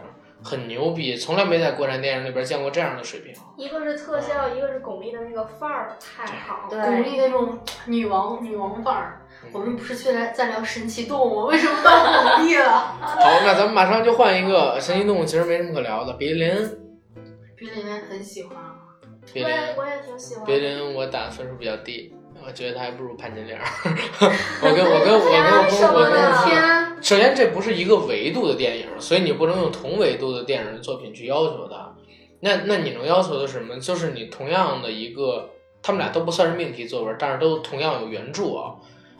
[SPEAKER 1] 很牛逼，从来没在国产电影里边见过这样的水平。
[SPEAKER 4] 一个是特效，一个是巩俐的那个范儿太好。
[SPEAKER 3] 对
[SPEAKER 2] 巩俐那种女王女王范儿
[SPEAKER 1] 嗯。
[SPEAKER 2] 我们不是去来在聊神奇动物，为什么到巩俐 了？
[SPEAKER 1] 好，那咱们马上就换一个神奇动物，其实没什么可聊的。别林，
[SPEAKER 2] 比利林很喜欢啊，
[SPEAKER 1] 别
[SPEAKER 4] 我
[SPEAKER 1] 林，
[SPEAKER 4] 也我也挺喜欢。
[SPEAKER 1] 别林，我打分数比较低，我觉得他还不如潘金莲儿。 我跟我跟我跟我跟我
[SPEAKER 2] 我
[SPEAKER 1] 跟
[SPEAKER 2] 啊的
[SPEAKER 1] 我跟，
[SPEAKER 2] 天，
[SPEAKER 1] 首先这不是一个维度的电影，所以你不能用同维度的电影作品去要求它。那那你能要求的是什么？就是你同样的一个，他们俩都不算是命题作文，但是都同样有原著啊。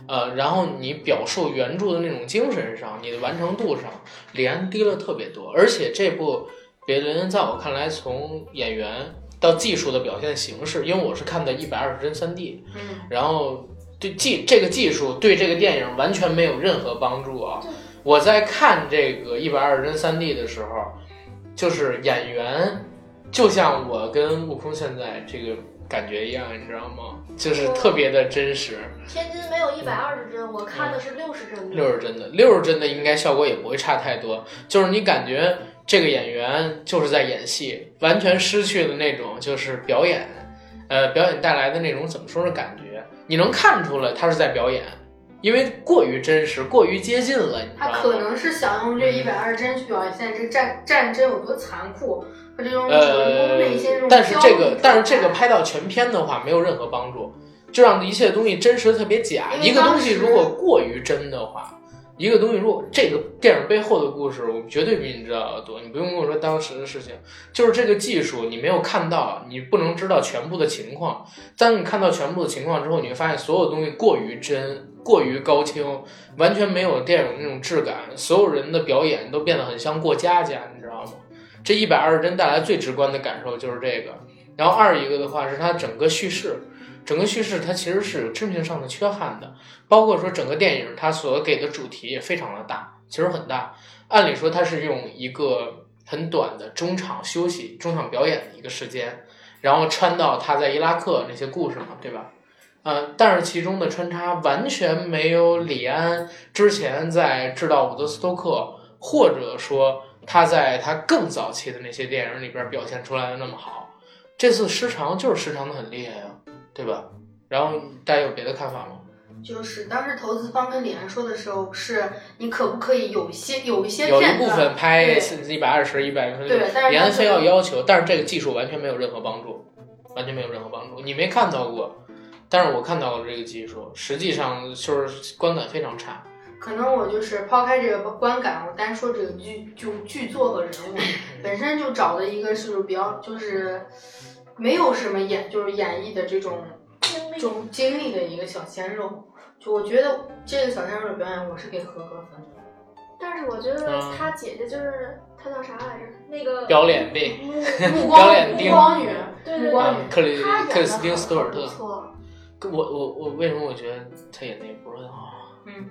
[SPEAKER 1] 呃，然后你表述原著的那种精神上，你的完成度上，李安低了特别多。而且这部《别林》在我看来，从演员到技术的表现形式，因为我是看的一百二十帧三 D，
[SPEAKER 2] 嗯，
[SPEAKER 1] 然后对技这个技术对这个电影完全没有任何帮助啊！我在看这个一百二十帧三 D 的时候，就是演员，就像我跟悟空现在这个感觉一样，你知道吗？就是特别的真实，
[SPEAKER 4] 天津没有一百二十帧，我看的是六十帧
[SPEAKER 1] 嗯
[SPEAKER 4] 的。
[SPEAKER 1] 六十帧的，六十帧的应该效果也不会差太多，就是你感觉这个演员就是在演戏，完全失去了那种就是表演，呃，表演带来的那种怎么说呢感觉，你能看出来他是在表演，因为过于真实，过于接近了，你知
[SPEAKER 2] 他
[SPEAKER 1] 道
[SPEAKER 2] 可
[SPEAKER 1] 吗？
[SPEAKER 2] 能是想用这一百二帧去表现这战战争有多残酷，和这种主人公
[SPEAKER 1] 呃
[SPEAKER 2] 内心这种，啊
[SPEAKER 1] 但是
[SPEAKER 2] 焦
[SPEAKER 1] 这
[SPEAKER 2] 虑
[SPEAKER 1] 个
[SPEAKER 2] 状
[SPEAKER 1] 但是这个拍
[SPEAKER 2] 态
[SPEAKER 1] 到全片的话没有任何帮助，就让一切东西真实得特别假。
[SPEAKER 2] 因为
[SPEAKER 1] 一个东西
[SPEAKER 2] 当时
[SPEAKER 1] 如果过于真的话，一个东西如果这个电影背后的故事，我绝对比你知道的多。你不用跟我说当时的事情，就是这个技术你没有看到，你不能知道全部的情况。当你看到全部的情况之后，你会发现所有东西过于真。过于高清，完全没有电影那种质感，所有人的表演都变得很像过家家，你知道吗？这一百二十帧带来最直观的感受就是这个。然后二一个的话是它整个叙事，整个叙事它其实是有致命上的缺憾的，包括说整个电影它所给的主题也非常的大，其实很大。按理说它是用一个很短的中场休息、中场表演的一个时间，然后穿到他在伊拉克那些故事嘛，对吧？呃，但是其中的穿插完全没有李安之前在《制造伍德斯托克》或者说他在他更早期的那些电影里边表现出来的那么好。这次失常就是失常的很厉害啊呀、对吧？然后大家有别的看法吗？
[SPEAKER 2] 就是当时投资方跟李安说的时候，是你可不可以有一些有一些
[SPEAKER 1] 有一
[SPEAKER 2] 片
[SPEAKER 1] 部
[SPEAKER 2] 段
[SPEAKER 1] 分拍
[SPEAKER 2] 对
[SPEAKER 1] 一百二十、一百分，
[SPEAKER 2] 对，但是他
[SPEAKER 1] 连非
[SPEAKER 2] 就
[SPEAKER 1] 要要求，但是这个技术完全没有任何帮助，完全没有任何帮助。你没看到过，但是我看到了这个技术，实际上就是观感非常差。
[SPEAKER 2] 可能我就是抛开这个观感，我单说这个剧就剧作和人物，
[SPEAKER 1] 嗯
[SPEAKER 2] 本身就找的一个是比较就是没有什么演就是演绎的这种这种经历的一个小鲜肉，就我觉得这个小鲜肉的表演我是给合格分的。
[SPEAKER 4] 但是我觉
[SPEAKER 1] 嗯
[SPEAKER 4] 得他姐姐就是她叫啥来着？那个
[SPEAKER 1] 表脸呗
[SPEAKER 4] 目
[SPEAKER 2] 目
[SPEAKER 4] 目
[SPEAKER 2] 光
[SPEAKER 1] 表演
[SPEAKER 2] 目
[SPEAKER 1] 丁
[SPEAKER 2] 光女，
[SPEAKER 4] 对
[SPEAKER 2] 目
[SPEAKER 4] 对
[SPEAKER 2] 光
[SPEAKER 4] 对，
[SPEAKER 2] 女
[SPEAKER 1] 嗯，克里
[SPEAKER 4] 她演
[SPEAKER 1] 克里
[SPEAKER 4] 的
[SPEAKER 1] 斯汀斯图尔特
[SPEAKER 4] 不，错。
[SPEAKER 1] 我我我为什么我觉得他演的也不是很好？
[SPEAKER 2] 嗯，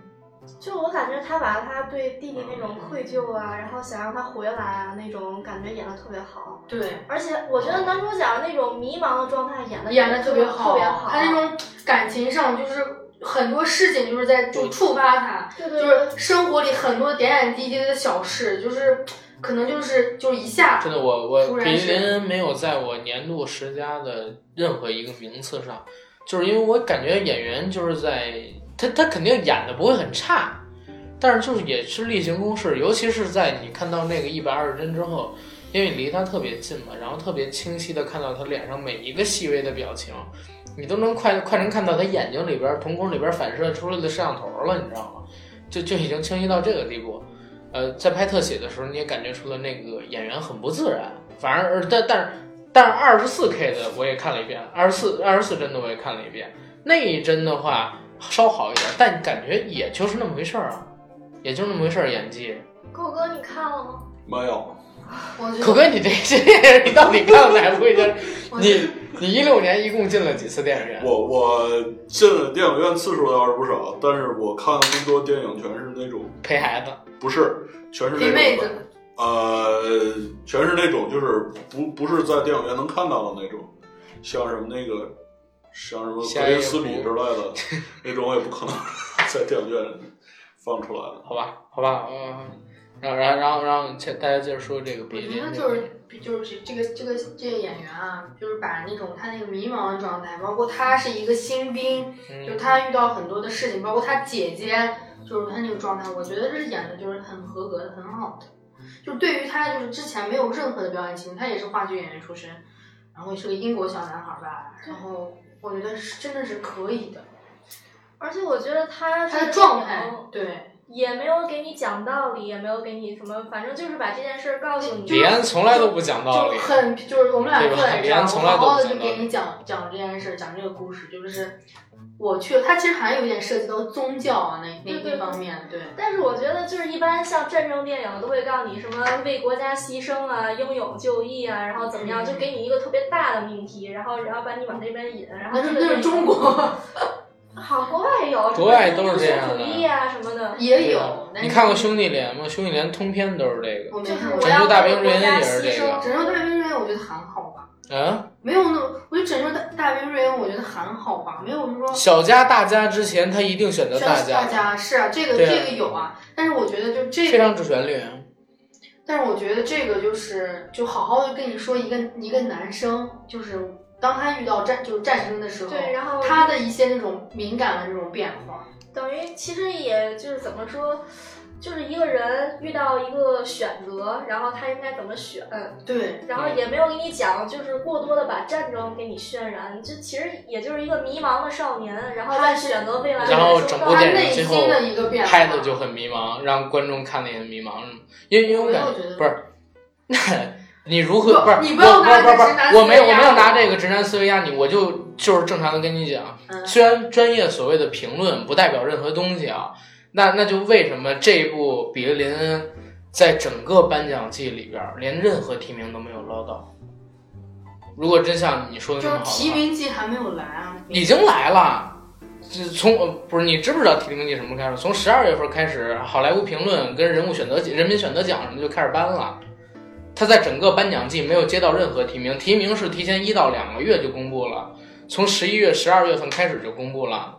[SPEAKER 4] 就我感觉他把他对弟弟那
[SPEAKER 1] 嗯
[SPEAKER 4] 种愧疚啊，然后想让他回来啊那种感觉演的特别好，
[SPEAKER 2] 对。
[SPEAKER 4] 而且我觉得男主角那种迷茫的状态演的
[SPEAKER 2] 演的
[SPEAKER 4] 特
[SPEAKER 2] 别
[SPEAKER 4] 特别好，
[SPEAKER 2] 他那种感情上就是很多事情就是在就触发他，
[SPEAKER 4] 对对
[SPEAKER 2] 就
[SPEAKER 4] 对
[SPEAKER 2] 是生活里很多点点滴滴的小事，就是可能就是就是一下
[SPEAKER 1] 真的，我我
[SPEAKER 2] 突
[SPEAKER 1] 比
[SPEAKER 2] 然
[SPEAKER 1] 利
[SPEAKER 2] 是
[SPEAKER 1] 林恩没有在我年度十佳的任何一个名次上，就是因为我感觉演员就是在他他肯定演的不会很差，但是就是也是例行公事，尤其是在你看到那个一百二十帧之后，因为你离他特别近嘛，然后特别清晰的看到他脸上每一个细微的表情，你都能快快能看到他眼睛里边瞳孔里边反射出来的摄像头了，你知道吗？就就已经清晰到这个地步。呃，在拍特写的时候，你也感觉出了那个演员很不自然。反而，而但但是但是二十四 K 的我也看了一遍，二十四二十四帧的我也看了一遍，那一帧的话稍好一点，但感觉也就是那么回事儿啊，也就是那么回事儿。演技，
[SPEAKER 4] 狗哥，你看了吗？
[SPEAKER 5] 没有，
[SPEAKER 2] 我
[SPEAKER 1] 可
[SPEAKER 2] 就
[SPEAKER 1] 哥，你这些电影你到底看了哪部？就是
[SPEAKER 2] 我
[SPEAKER 1] 你你一六年一共进了几次电影院？
[SPEAKER 5] 我我进电影院次数倒是不少，但是我看的更多电影全是那种
[SPEAKER 1] 陪孩子，
[SPEAKER 5] 不是，全是
[SPEAKER 2] 给
[SPEAKER 5] 那
[SPEAKER 2] 妹
[SPEAKER 5] 种
[SPEAKER 2] 子
[SPEAKER 5] 的，呃，全是那种就是不不是在电影院能看到的那种，像什么那个，像什么
[SPEAKER 1] 下
[SPEAKER 5] 格
[SPEAKER 1] 一
[SPEAKER 5] 林
[SPEAKER 1] 步
[SPEAKER 5] 斯比之类的那种，我也不可能 在电影院放出来的。
[SPEAKER 1] 好吧，好吧，嗯，然后然后然后然后切大家接着说这个
[SPEAKER 2] 我
[SPEAKER 1] 别
[SPEAKER 2] 觉得就是就是这个这个这个演员啊，就是把那种他那个迷茫的状态，包括他是一个新兵，就他遇到很多的事情，包括他姐姐，就是他那个状态，我觉得是演的就是很合格的，很好的。就对于他就是之前没有任何的表演经历，他也是话剧演员出身，然后也是个英国小男孩吧，然后我觉得是真的是可以的，
[SPEAKER 4] 而且我觉得他
[SPEAKER 2] 他的
[SPEAKER 4] 这
[SPEAKER 2] 状
[SPEAKER 4] 种
[SPEAKER 2] 态对，
[SPEAKER 4] 也没有给你讲道理，也没有给你什么，反正就是把这件事儿告诉你。
[SPEAKER 1] 李安从来都不讲道理
[SPEAKER 2] 就。很就是我们俩
[SPEAKER 1] 对
[SPEAKER 2] 坐
[SPEAKER 1] 吧
[SPEAKER 2] 在
[SPEAKER 1] 李
[SPEAKER 2] 这儿，
[SPEAKER 1] 安
[SPEAKER 2] 我
[SPEAKER 1] 从来
[SPEAKER 2] 好
[SPEAKER 1] 都不讲
[SPEAKER 2] 好的就
[SPEAKER 1] 道
[SPEAKER 2] 给
[SPEAKER 1] 理
[SPEAKER 2] 你讲讲这件事儿，讲这个故事，就是我去，他其实还有一点涉及到宗教啊那那
[SPEAKER 4] 对对
[SPEAKER 2] 那方面，对。
[SPEAKER 4] 但是我觉得，就是一般像战争电影都会告诉你什么为国家牺牲啊、英勇就义啊，然后怎么样，
[SPEAKER 2] 嗯
[SPEAKER 4] 就给你一个特别大的命题，然后然后把你往那边引，啊然后
[SPEAKER 1] 啊
[SPEAKER 2] 那
[SPEAKER 4] 这
[SPEAKER 2] 是
[SPEAKER 4] 个
[SPEAKER 2] 那是中国
[SPEAKER 4] 好，国外也有，
[SPEAKER 1] 国外都是这样的
[SPEAKER 4] 什么民族主义啊什么的。
[SPEAKER 2] 也有，
[SPEAKER 1] 你看过《
[SPEAKER 2] 胸？
[SPEAKER 1] 兄弟连》吗？《兄弟连》通篇都是这个。
[SPEAKER 2] 我没
[SPEAKER 4] 就是
[SPEAKER 2] 看过
[SPEAKER 4] 我
[SPEAKER 1] 拯
[SPEAKER 4] 要
[SPEAKER 1] 救大兵
[SPEAKER 4] 为国
[SPEAKER 1] 瑞恩
[SPEAKER 4] 家
[SPEAKER 1] 也是
[SPEAKER 4] 牺
[SPEAKER 1] 这个
[SPEAKER 4] 牲
[SPEAKER 2] 拯救大兵瑞恩，我觉得还好吧，
[SPEAKER 1] 嗯，
[SPEAKER 2] 没有那么，我觉得拯救大大兵瑞恩，我觉得还好吧，没有说
[SPEAKER 1] 小家大家之前，他一定选择
[SPEAKER 2] 宣
[SPEAKER 1] 大
[SPEAKER 2] 示大
[SPEAKER 1] 家，
[SPEAKER 2] 家是啊，这个
[SPEAKER 1] 对啊啊
[SPEAKER 2] 这个有啊，但是我觉得就这
[SPEAKER 1] 非
[SPEAKER 2] 个，
[SPEAKER 1] 常主旋律。
[SPEAKER 2] 但是我觉得这个就是就好好的跟你说一个一个男生，就是当他遇到战就是战争的时候，
[SPEAKER 4] 对，然后
[SPEAKER 2] 他的一些那种敏感的那种变化，
[SPEAKER 4] 等于其实也就是怎么说，就是一个人遇到一个选择，然后他应该怎么选，
[SPEAKER 2] 对
[SPEAKER 4] 然后也没有给你讲，就是过多的把战争给你渲染，这其实也就是一个迷茫的少年，然后再选择未来的
[SPEAKER 1] 然后
[SPEAKER 4] 人生
[SPEAKER 1] 整
[SPEAKER 4] 道
[SPEAKER 1] 部
[SPEAKER 4] 路。
[SPEAKER 1] 电
[SPEAKER 2] 他
[SPEAKER 1] 影
[SPEAKER 2] 内
[SPEAKER 1] 最
[SPEAKER 2] 心
[SPEAKER 1] 后
[SPEAKER 2] 的一个变化
[SPEAKER 1] 拍的就很迷茫，让观众看的也很迷茫，是吗？因为因为我感
[SPEAKER 2] 我没有觉得
[SPEAKER 1] 不是， 那你如何
[SPEAKER 2] 不
[SPEAKER 1] 是？
[SPEAKER 2] 你
[SPEAKER 1] 不
[SPEAKER 2] 不要拿
[SPEAKER 1] 不是不
[SPEAKER 2] 这
[SPEAKER 1] 是，
[SPEAKER 2] 个直男思维
[SPEAKER 1] 我没有我没有
[SPEAKER 2] 压
[SPEAKER 1] 拿
[SPEAKER 2] 我
[SPEAKER 1] 这个直男思维压你，我就就是正常的跟你讲。
[SPEAKER 2] 嗯，
[SPEAKER 1] 虽然专业所谓的评论不代表任何东西啊，那那就为什么这一部《比利林恩》在整个颁奖季里边儿连任何提名都没有捞到？如果真像你说的
[SPEAKER 2] 就
[SPEAKER 1] 那么
[SPEAKER 2] 是
[SPEAKER 1] 好啊的话，
[SPEAKER 2] 提名季还没有来啊，
[SPEAKER 1] 已经来了。这从呃不是你知不知道提名季什么时候开始？从十二月份开始，好莱坞评论跟人物选择奖、人民选择奖什么就开始颁了。他在整个颁奖季没有接到任何提名，提名是提前一到两个月就公布了，从十一月、十二月份开始就公布了。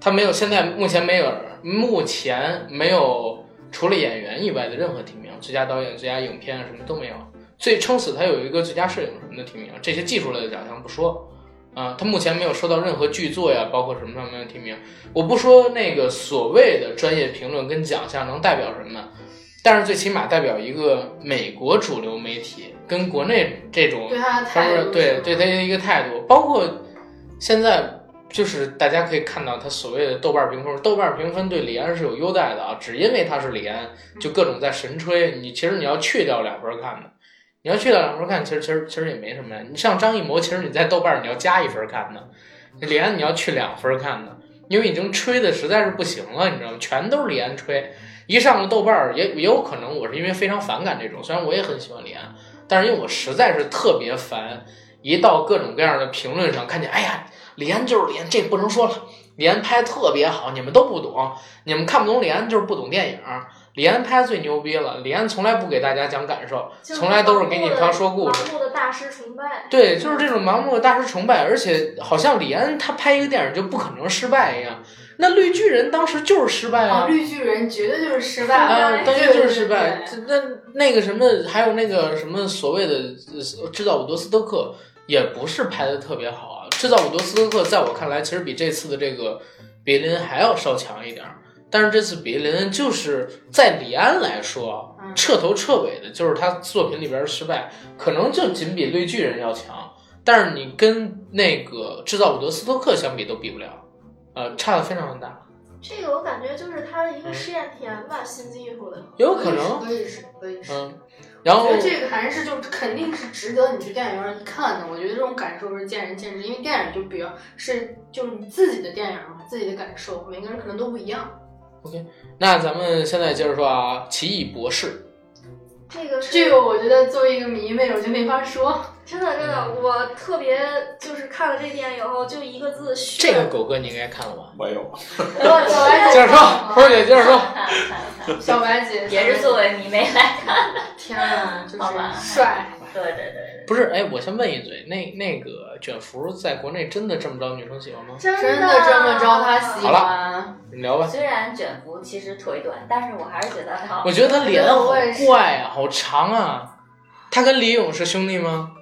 [SPEAKER 1] 他没有，现在目前没有，目前没有除了演员以外的任何提名，最佳导演、最佳影片什么都没有。最撑死他有一个最佳摄影什么的提名，这些技术类的奖项不说。啊，他目前没有收到任何剧作呀，包括什么上面的提名。我不说那个所谓的专业评论跟奖项能代表什么，但是最起码代表一个美国主流媒体跟国内这种
[SPEAKER 2] 对他的
[SPEAKER 1] 他
[SPEAKER 2] 态
[SPEAKER 1] 们
[SPEAKER 2] 度
[SPEAKER 1] 对
[SPEAKER 2] 是
[SPEAKER 1] 对他的一个态度，包括现在就是大家可以看到，它所谓的豆瓣评分，豆瓣评分对李安是有优待的啊，只因为他是李安，就各种在神吹。你其实你要去掉两分看的，你要去掉两分看，其实其实其实也没什么呀。你像张艺谋，其实你在豆瓣你要加一分看的，李安你要去两分看的，因为已经吹的实在是不行了，你知道吗？全都是李安吹，一上了豆瓣儿也也有可能我是因为非常反感这种，虽然我也很喜欢李安，但是因为我实在是特别烦，一到各种各样的评论上看见，哎呀。李安就是李安，这不能说了。李安拍特别好，你们都不懂，你们看不懂李安就是不懂电影。李安拍最牛逼了，李安从来不给大家讲感受，
[SPEAKER 4] 就是
[SPEAKER 1] 从来都是给你
[SPEAKER 4] 盲目的
[SPEAKER 1] 他说故事。
[SPEAKER 4] 盲目的大师崇拜，
[SPEAKER 1] 对，就是这种盲目的大师崇拜，而且好像李安他拍一个电影就不可能失败一样。那绿巨人当时就是失败
[SPEAKER 2] 啊，
[SPEAKER 1] 啊，
[SPEAKER 2] 绿巨人绝对就是 失败
[SPEAKER 1] 啊，
[SPEAKER 2] 了，
[SPEAKER 1] 当
[SPEAKER 2] 对
[SPEAKER 1] 然就是
[SPEAKER 2] 对
[SPEAKER 1] 失败。
[SPEAKER 2] 对
[SPEAKER 1] 这那那个什么，还有那个什么所谓的呃制造伍德斯托克，也不是拍的特别好啊。制造伍德斯托克在我看来，其实比这次的这个别林还要稍强一点儿。但是这次别林就是在李安来说，
[SPEAKER 2] 嗯
[SPEAKER 1] 彻头彻尾的就是他作品里边的失败，可能就仅比绿巨人要强。但是你跟那个制造伍德斯托克相比都比不了，呃，差的非常的大，
[SPEAKER 4] 这个我感觉就是他的一个
[SPEAKER 1] 嗯
[SPEAKER 4] 试验田吧，新技术的。
[SPEAKER 1] 有可能，
[SPEAKER 2] 可以是可以是。
[SPEAKER 1] 嗯。然后
[SPEAKER 2] 我觉得这个还是就是肯定是值得你去电影院一看的。我觉得这种感受是见仁见智，因为电影就比较是就是你自己的电影嘛，自己的感受，每个人可能都不一样。
[SPEAKER 1] 那咱们现在接着说啊，《奇异博士
[SPEAKER 4] 这个是
[SPEAKER 2] 这个我觉得作为一个迷妹，我就没法说。
[SPEAKER 4] 真的
[SPEAKER 1] 嗯
[SPEAKER 4] 真的，我特别就是看了这电影以后，就一个字》
[SPEAKER 1] 这
[SPEAKER 4] 炫。
[SPEAKER 2] 嗯
[SPEAKER 1] 个狗哥你应该看了吧？
[SPEAKER 5] 没有，
[SPEAKER 2] 小白
[SPEAKER 1] 接着
[SPEAKER 2] 姐，
[SPEAKER 1] 说，波儿姐接着说。
[SPEAKER 3] 看看看，
[SPEAKER 2] 小白姐
[SPEAKER 3] 也是作为迷妹来看的。
[SPEAKER 2] 天呐，就
[SPEAKER 3] 好吧
[SPEAKER 2] 是帅。
[SPEAKER 3] 对对对对，
[SPEAKER 1] 不是，哎，我先问一嘴，那那个卷福在国内真的这么招女生喜欢吗？
[SPEAKER 4] 真的
[SPEAKER 2] 真的这么招他喜
[SPEAKER 1] 好
[SPEAKER 2] 欢？
[SPEAKER 1] 你聊吧。
[SPEAKER 3] 虽然卷福其实腿短，但是我还是觉得他
[SPEAKER 1] 我觉得他脸好
[SPEAKER 2] 我也是
[SPEAKER 1] 怪啊，好长啊。他跟李咏是兄弟吗？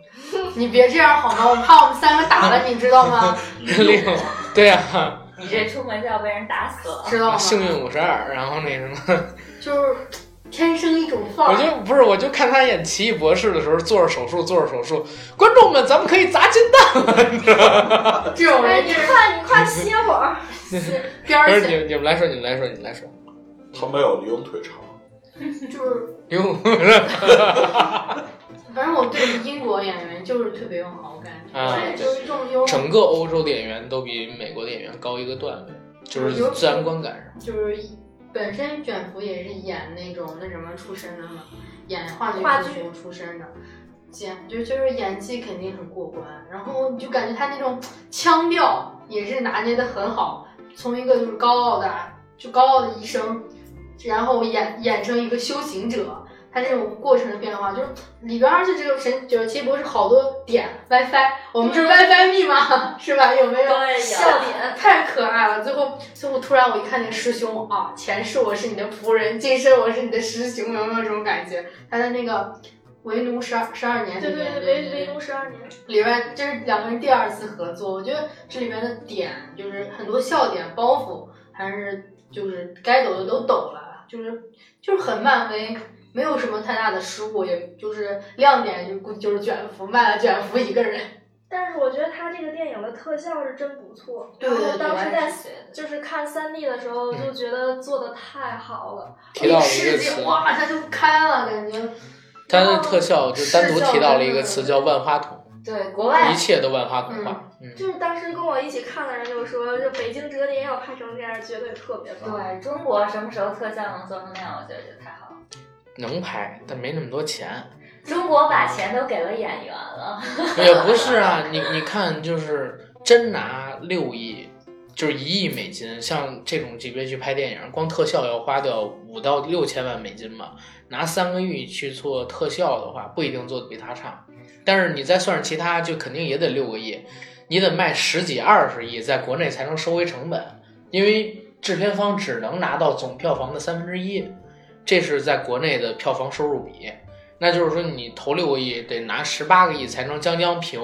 [SPEAKER 2] 你别这样好吗？我怕我们三个打了你，知道 吗？
[SPEAKER 1] 跟李咏，对啊，
[SPEAKER 3] 你这出门就要被人打死了。
[SPEAKER 2] 知道 吗？
[SPEAKER 1] 幸运五十二，然后那什么，
[SPEAKER 2] 就是天生一种范
[SPEAKER 1] 我
[SPEAKER 2] 儿。
[SPEAKER 1] 就不是，我就看他演《奇异博士》的时候，做着手术，做着手术，观众们，咱们可以砸金蛋，你知道吗？
[SPEAKER 2] 这种
[SPEAKER 4] 哎，
[SPEAKER 2] 人
[SPEAKER 4] 你
[SPEAKER 2] 就是
[SPEAKER 4] 快你
[SPEAKER 1] 嗯
[SPEAKER 4] 快歇会儿。
[SPEAKER 2] 边
[SPEAKER 1] 不
[SPEAKER 2] 儿
[SPEAKER 1] 是
[SPEAKER 2] 写，
[SPEAKER 1] 你你们来说，你们来说，你们来说，
[SPEAKER 5] 他没有李咏腿长。
[SPEAKER 2] 就是
[SPEAKER 1] 李 咏
[SPEAKER 2] 反正我对英国演员就是特别有好感，
[SPEAKER 1] 啊
[SPEAKER 2] 对，就是一种优，
[SPEAKER 1] 整个欧洲的演员都比美国的演员高一个段位，就是自然观感上。
[SPEAKER 2] 就是本身卷福也是演那种那什么出身的嘛，演话剧
[SPEAKER 4] 话
[SPEAKER 2] 主
[SPEAKER 4] 剧
[SPEAKER 2] 角出身的，简就就是演技肯定很过关，然后你就感觉他那种腔调也是拿捏的很好，从一个就是高傲的就高傲的医生，然后演演成一个修行者。他这种过程的变化，就是里边儿就这个神就是奇异博士好多点 WiFi，我们这是 WiFi 密码是吧？有没有？
[SPEAKER 3] 对
[SPEAKER 4] 笑点
[SPEAKER 2] 太可爱了！最后，最后突然我一看那个师兄啊，前世我是你的仆人，今生我是你的师兄，有没有这种感觉？他在那个为奴十二十二年
[SPEAKER 4] 对
[SPEAKER 2] 里
[SPEAKER 4] 对
[SPEAKER 2] 面，
[SPEAKER 4] 对，维维奴十二年。
[SPEAKER 2] 里边这是两个人第二次合作，我觉得这里面的点就是很多笑点包袱，还是就是该抖的都抖了，就是就是很漫威，没有什么太大的失误，也就是亮点就估计就是卷福卖了卷福一个人，
[SPEAKER 4] 但是我觉得他这个电影的特效是真不错，
[SPEAKER 2] 对对对
[SPEAKER 4] 然后当时
[SPEAKER 2] 我也
[SPEAKER 4] 在
[SPEAKER 2] 是
[SPEAKER 4] 就是看三 D 的时候
[SPEAKER 1] 嗯
[SPEAKER 4] 就觉得做的太好了，
[SPEAKER 1] 提到了一
[SPEAKER 2] 世
[SPEAKER 1] 个
[SPEAKER 2] 界
[SPEAKER 1] 词，
[SPEAKER 2] 哇一下就开了，感觉
[SPEAKER 1] 它的特效就单独提到了一个词叫万花筒，
[SPEAKER 3] 对，国外
[SPEAKER 1] 一切都万花筒化。嗯，
[SPEAKER 4] 就是当时跟我一起看的人就说，这《北京折叠》要拍成这样，绝对特别棒。
[SPEAKER 3] 对中国什么时候特效能做成那样？我觉得就太好了。
[SPEAKER 1] 能拍，但没那么多钱。
[SPEAKER 3] 中国把钱都给了演员了，
[SPEAKER 1] 也不是啊，你你看，就是真拿六亿，就是一亿美金，像这种级别去拍电影，光特效要花掉五到六千万美金吧。拿三个亿去做特效的话，不一定做的比他差，但是你再算上其他，就肯定也得六个亿，你得卖十几二十亿，在国内才能收回成本，因为制片方只能拿到总票房的三分之一，这是在国内的票房收入比。那就是说你投六个亿，得拿十八个亿才能将将平，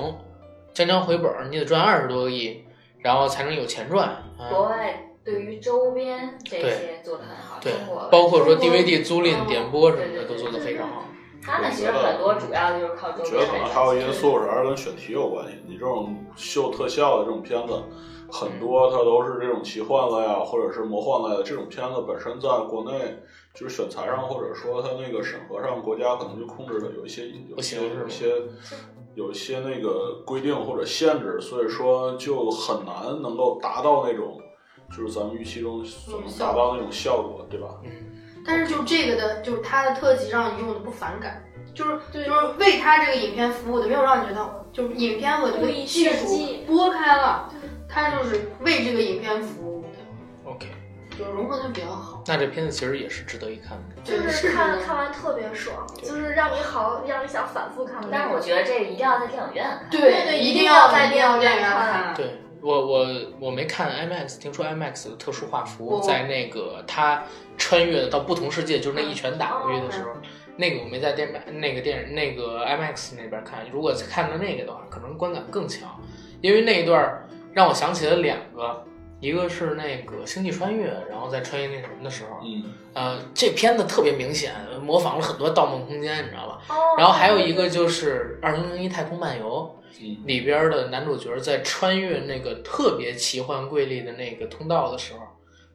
[SPEAKER 1] 将将回本儿，你得赚二十多个亿，然后才能有钱赚。
[SPEAKER 3] 国
[SPEAKER 1] 啊、
[SPEAKER 3] 外对于周边这些做的很好，
[SPEAKER 1] 对
[SPEAKER 3] 中国，
[SPEAKER 1] 包括说
[SPEAKER 3] 中国
[SPEAKER 1] DVD 租赁、点播什么的
[SPEAKER 3] 对对对
[SPEAKER 1] 都做得非常好。
[SPEAKER 3] 他们其实很多主要的就是靠周
[SPEAKER 5] 我觉
[SPEAKER 3] 边来
[SPEAKER 5] 得可能
[SPEAKER 3] 赚
[SPEAKER 5] 还有一
[SPEAKER 3] 钱
[SPEAKER 5] 些素质还是跟选题有关系。你这种秀特效的这种片子，很
[SPEAKER 1] 嗯
[SPEAKER 5] 多它都是这种奇幻类啊，或者是魔幻类的这种片子，本身在国内就是选材上，或者说它那个审核上，国家可能就控制的有一些有
[SPEAKER 1] 不
[SPEAKER 5] 一些
[SPEAKER 1] 行是吗
[SPEAKER 5] 有一些有一些那个规定或者限制，所以说就很难能够达到那种就是咱们预期
[SPEAKER 1] 嗯
[SPEAKER 5] 中所能达到那种效果，对吧？
[SPEAKER 2] 但是就这个的，就是它的特技让你用的不反感，就是就
[SPEAKER 4] 对
[SPEAKER 2] 是为它这个影片服务的，没有让你觉得就是影片我这
[SPEAKER 4] 故
[SPEAKER 2] 个
[SPEAKER 4] 意
[SPEAKER 2] 技
[SPEAKER 4] 炫
[SPEAKER 2] 术
[SPEAKER 4] 技
[SPEAKER 2] 拨开了，它就是为这个影片服务的，
[SPEAKER 1] OK，
[SPEAKER 2] 就融合的比较好。
[SPEAKER 1] 那这片子其实也是值得一看的。
[SPEAKER 4] 就
[SPEAKER 2] 对
[SPEAKER 4] 是看看完特别爽，就是让你好让你想反复看的
[SPEAKER 3] 但
[SPEAKER 4] 那
[SPEAKER 3] 是我
[SPEAKER 4] 种。
[SPEAKER 3] 觉得这个一定要在电影院看。
[SPEAKER 4] 对对
[SPEAKER 2] 一
[SPEAKER 4] 一
[SPEAKER 2] 定
[SPEAKER 4] 定
[SPEAKER 2] 要
[SPEAKER 4] 要在电影
[SPEAKER 2] 电
[SPEAKER 4] 院
[SPEAKER 2] 影院
[SPEAKER 4] 看。
[SPEAKER 1] 对我我我没看 IMAX，听说 IMAX 有特殊画幅，
[SPEAKER 2] 我
[SPEAKER 1] 在那个他穿越到不同世界，就是那一拳打过去的时候，那个我没在电麦那个电影那个 IMAX 那边看，如果看到那个的话，可能观感更强，因为那一段儿让我想起了两个，一个是那个星际穿越，然后在穿越那什么的时候，
[SPEAKER 5] 嗯，
[SPEAKER 1] 呃，这片子特别明显模仿了很多《盗梦空间》，你知道吧？
[SPEAKER 4] 哦
[SPEAKER 1] 然后还有一个就是《二零零一太空漫游》
[SPEAKER 5] 嗯
[SPEAKER 1] 里边的男主角在穿越那个特别奇幻瑰丽的那个通道的时候，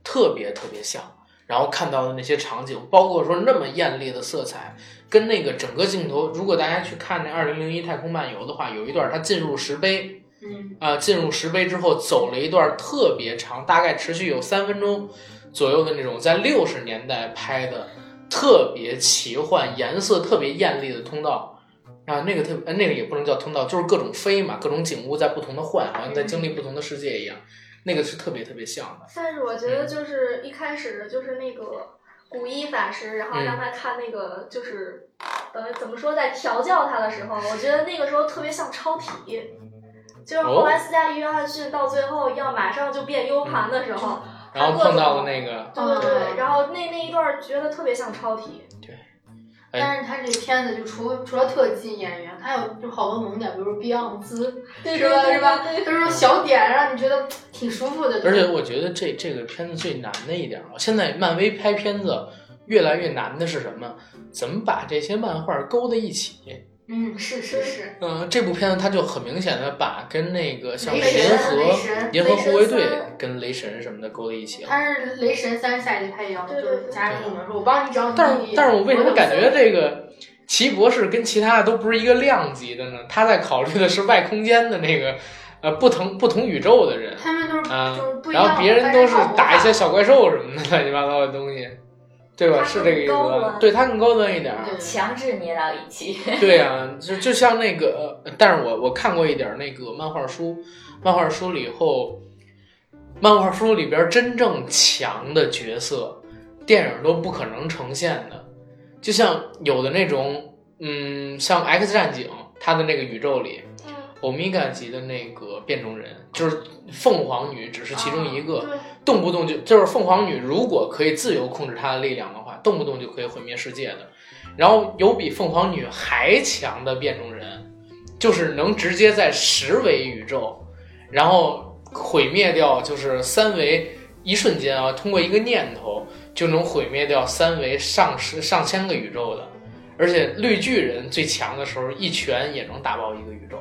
[SPEAKER 1] 特别特别像。然后看到的那些场景，包括说那么艳丽的色彩，跟那个整个镜头，如果大家去看那《二零零一太空漫游》的话，有一段他进入石碑，
[SPEAKER 2] 嗯，
[SPEAKER 1] 啊，进入石碑之后走了一段特别长，大概持续有三分钟左右的那种，在六十年代拍的特别奇幻、颜色特别艳丽的通道。啊，那个特别，呃那个也不能叫通道，就是各种飞嘛，各种景物在不同的换，好像在经历不同的世界一样。那个是特别特别像的。
[SPEAKER 4] 但是我觉
[SPEAKER 1] 嗯
[SPEAKER 4] 得就是一开始就是那个古一法师，然后
[SPEAKER 1] 嗯
[SPEAKER 4] 让他看那个就是呃怎么说，在调教他的时候，我觉得那个时候特别像超体。就是后
[SPEAKER 1] 哦
[SPEAKER 4] 来斯嘉丽·约翰逊到最后要马上就变 U 盘的时候，
[SPEAKER 1] 嗯然后碰到了那嗯个，
[SPEAKER 4] 对对对，然后那那一段觉得特别像超体，
[SPEAKER 1] 哎
[SPEAKER 2] 但是它这个片子就除除了特技演员，它有就好多萌点，比如碧昂斯，
[SPEAKER 4] 对
[SPEAKER 2] 是吧是吧？
[SPEAKER 4] 对
[SPEAKER 2] 就是说小点让你觉得挺舒服的。
[SPEAKER 1] 而且我觉得这这个片子最难的一点啊，现在漫威拍片子越来越难的是什么？怎么把这些漫画勾在一起？
[SPEAKER 2] 嗯，是是是，
[SPEAKER 1] 嗯，这部片子它就很明显的把跟那个像
[SPEAKER 2] 雷
[SPEAKER 1] 银
[SPEAKER 2] 神雷
[SPEAKER 1] 河、
[SPEAKER 2] 神，
[SPEAKER 1] 银河护卫队
[SPEAKER 4] 雷神三
[SPEAKER 1] 跟雷神什么的勾在一起了。
[SPEAKER 2] 他是雷神三下一季他也要就
[SPEAKER 4] 对对
[SPEAKER 2] 是
[SPEAKER 4] 对
[SPEAKER 2] 加入我们说，我帮你找你
[SPEAKER 1] 但
[SPEAKER 2] 弟
[SPEAKER 1] 是
[SPEAKER 2] 弟。，
[SPEAKER 1] 但是我为什么感
[SPEAKER 2] 有
[SPEAKER 1] 觉这个奇异博士跟其他的都不是一个量级的呢？他在考虑的是外空间的那个呃不同不同宇宙的人
[SPEAKER 2] 他们都是
[SPEAKER 1] 啊
[SPEAKER 2] 就是，不一
[SPEAKER 1] 然
[SPEAKER 2] 样
[SPEAKER 1] 后别人都是打一些
[SPEAKER 2] 些
[SPEAKER 1] 小怪兽什么的乱七八糟的东西，对吧？
[SPEAKER 4] 他
[SPEAKER 1] 是这个意思
[SPEAKER 4] 更高
[SPEAKER 1] 吧
[SPEAKER 4] 端？
[SPEAKER 1] 对他更高端一点儿。
[SPEAKER 3] 强制捏到一 起，
[SPEAKER 1] 对啊，就就像那个，呃但是我我看过一点儿那个漫画书，漫画书里以后，漫画书里边儿真正强的角色，电影都不可能呈现的。就像有的那种，嗯，像《X 战警》它的那个宇宙里，
[SPEAKER 4] 嗯，
[SPEAKER 1] 欧米伽级的那个变种人，就是凤凰女，只是其中一个，
[SPEAKER 4] 嗯对，
[SPEAKER 1] 动不动就就是凤凰女，如果可以自由控制她的力量的话，动不动就可以毁灭世界的。然后有比凤凰女还强的变种人，就是能直接在十维宇宙，然后毁灭掉，就是三维一瞬间啊，通过一个念头就能毁灭掉三维上十上千个宇宙的。而且绿巨人最强的时候，一拳也能打爆一个宇宙。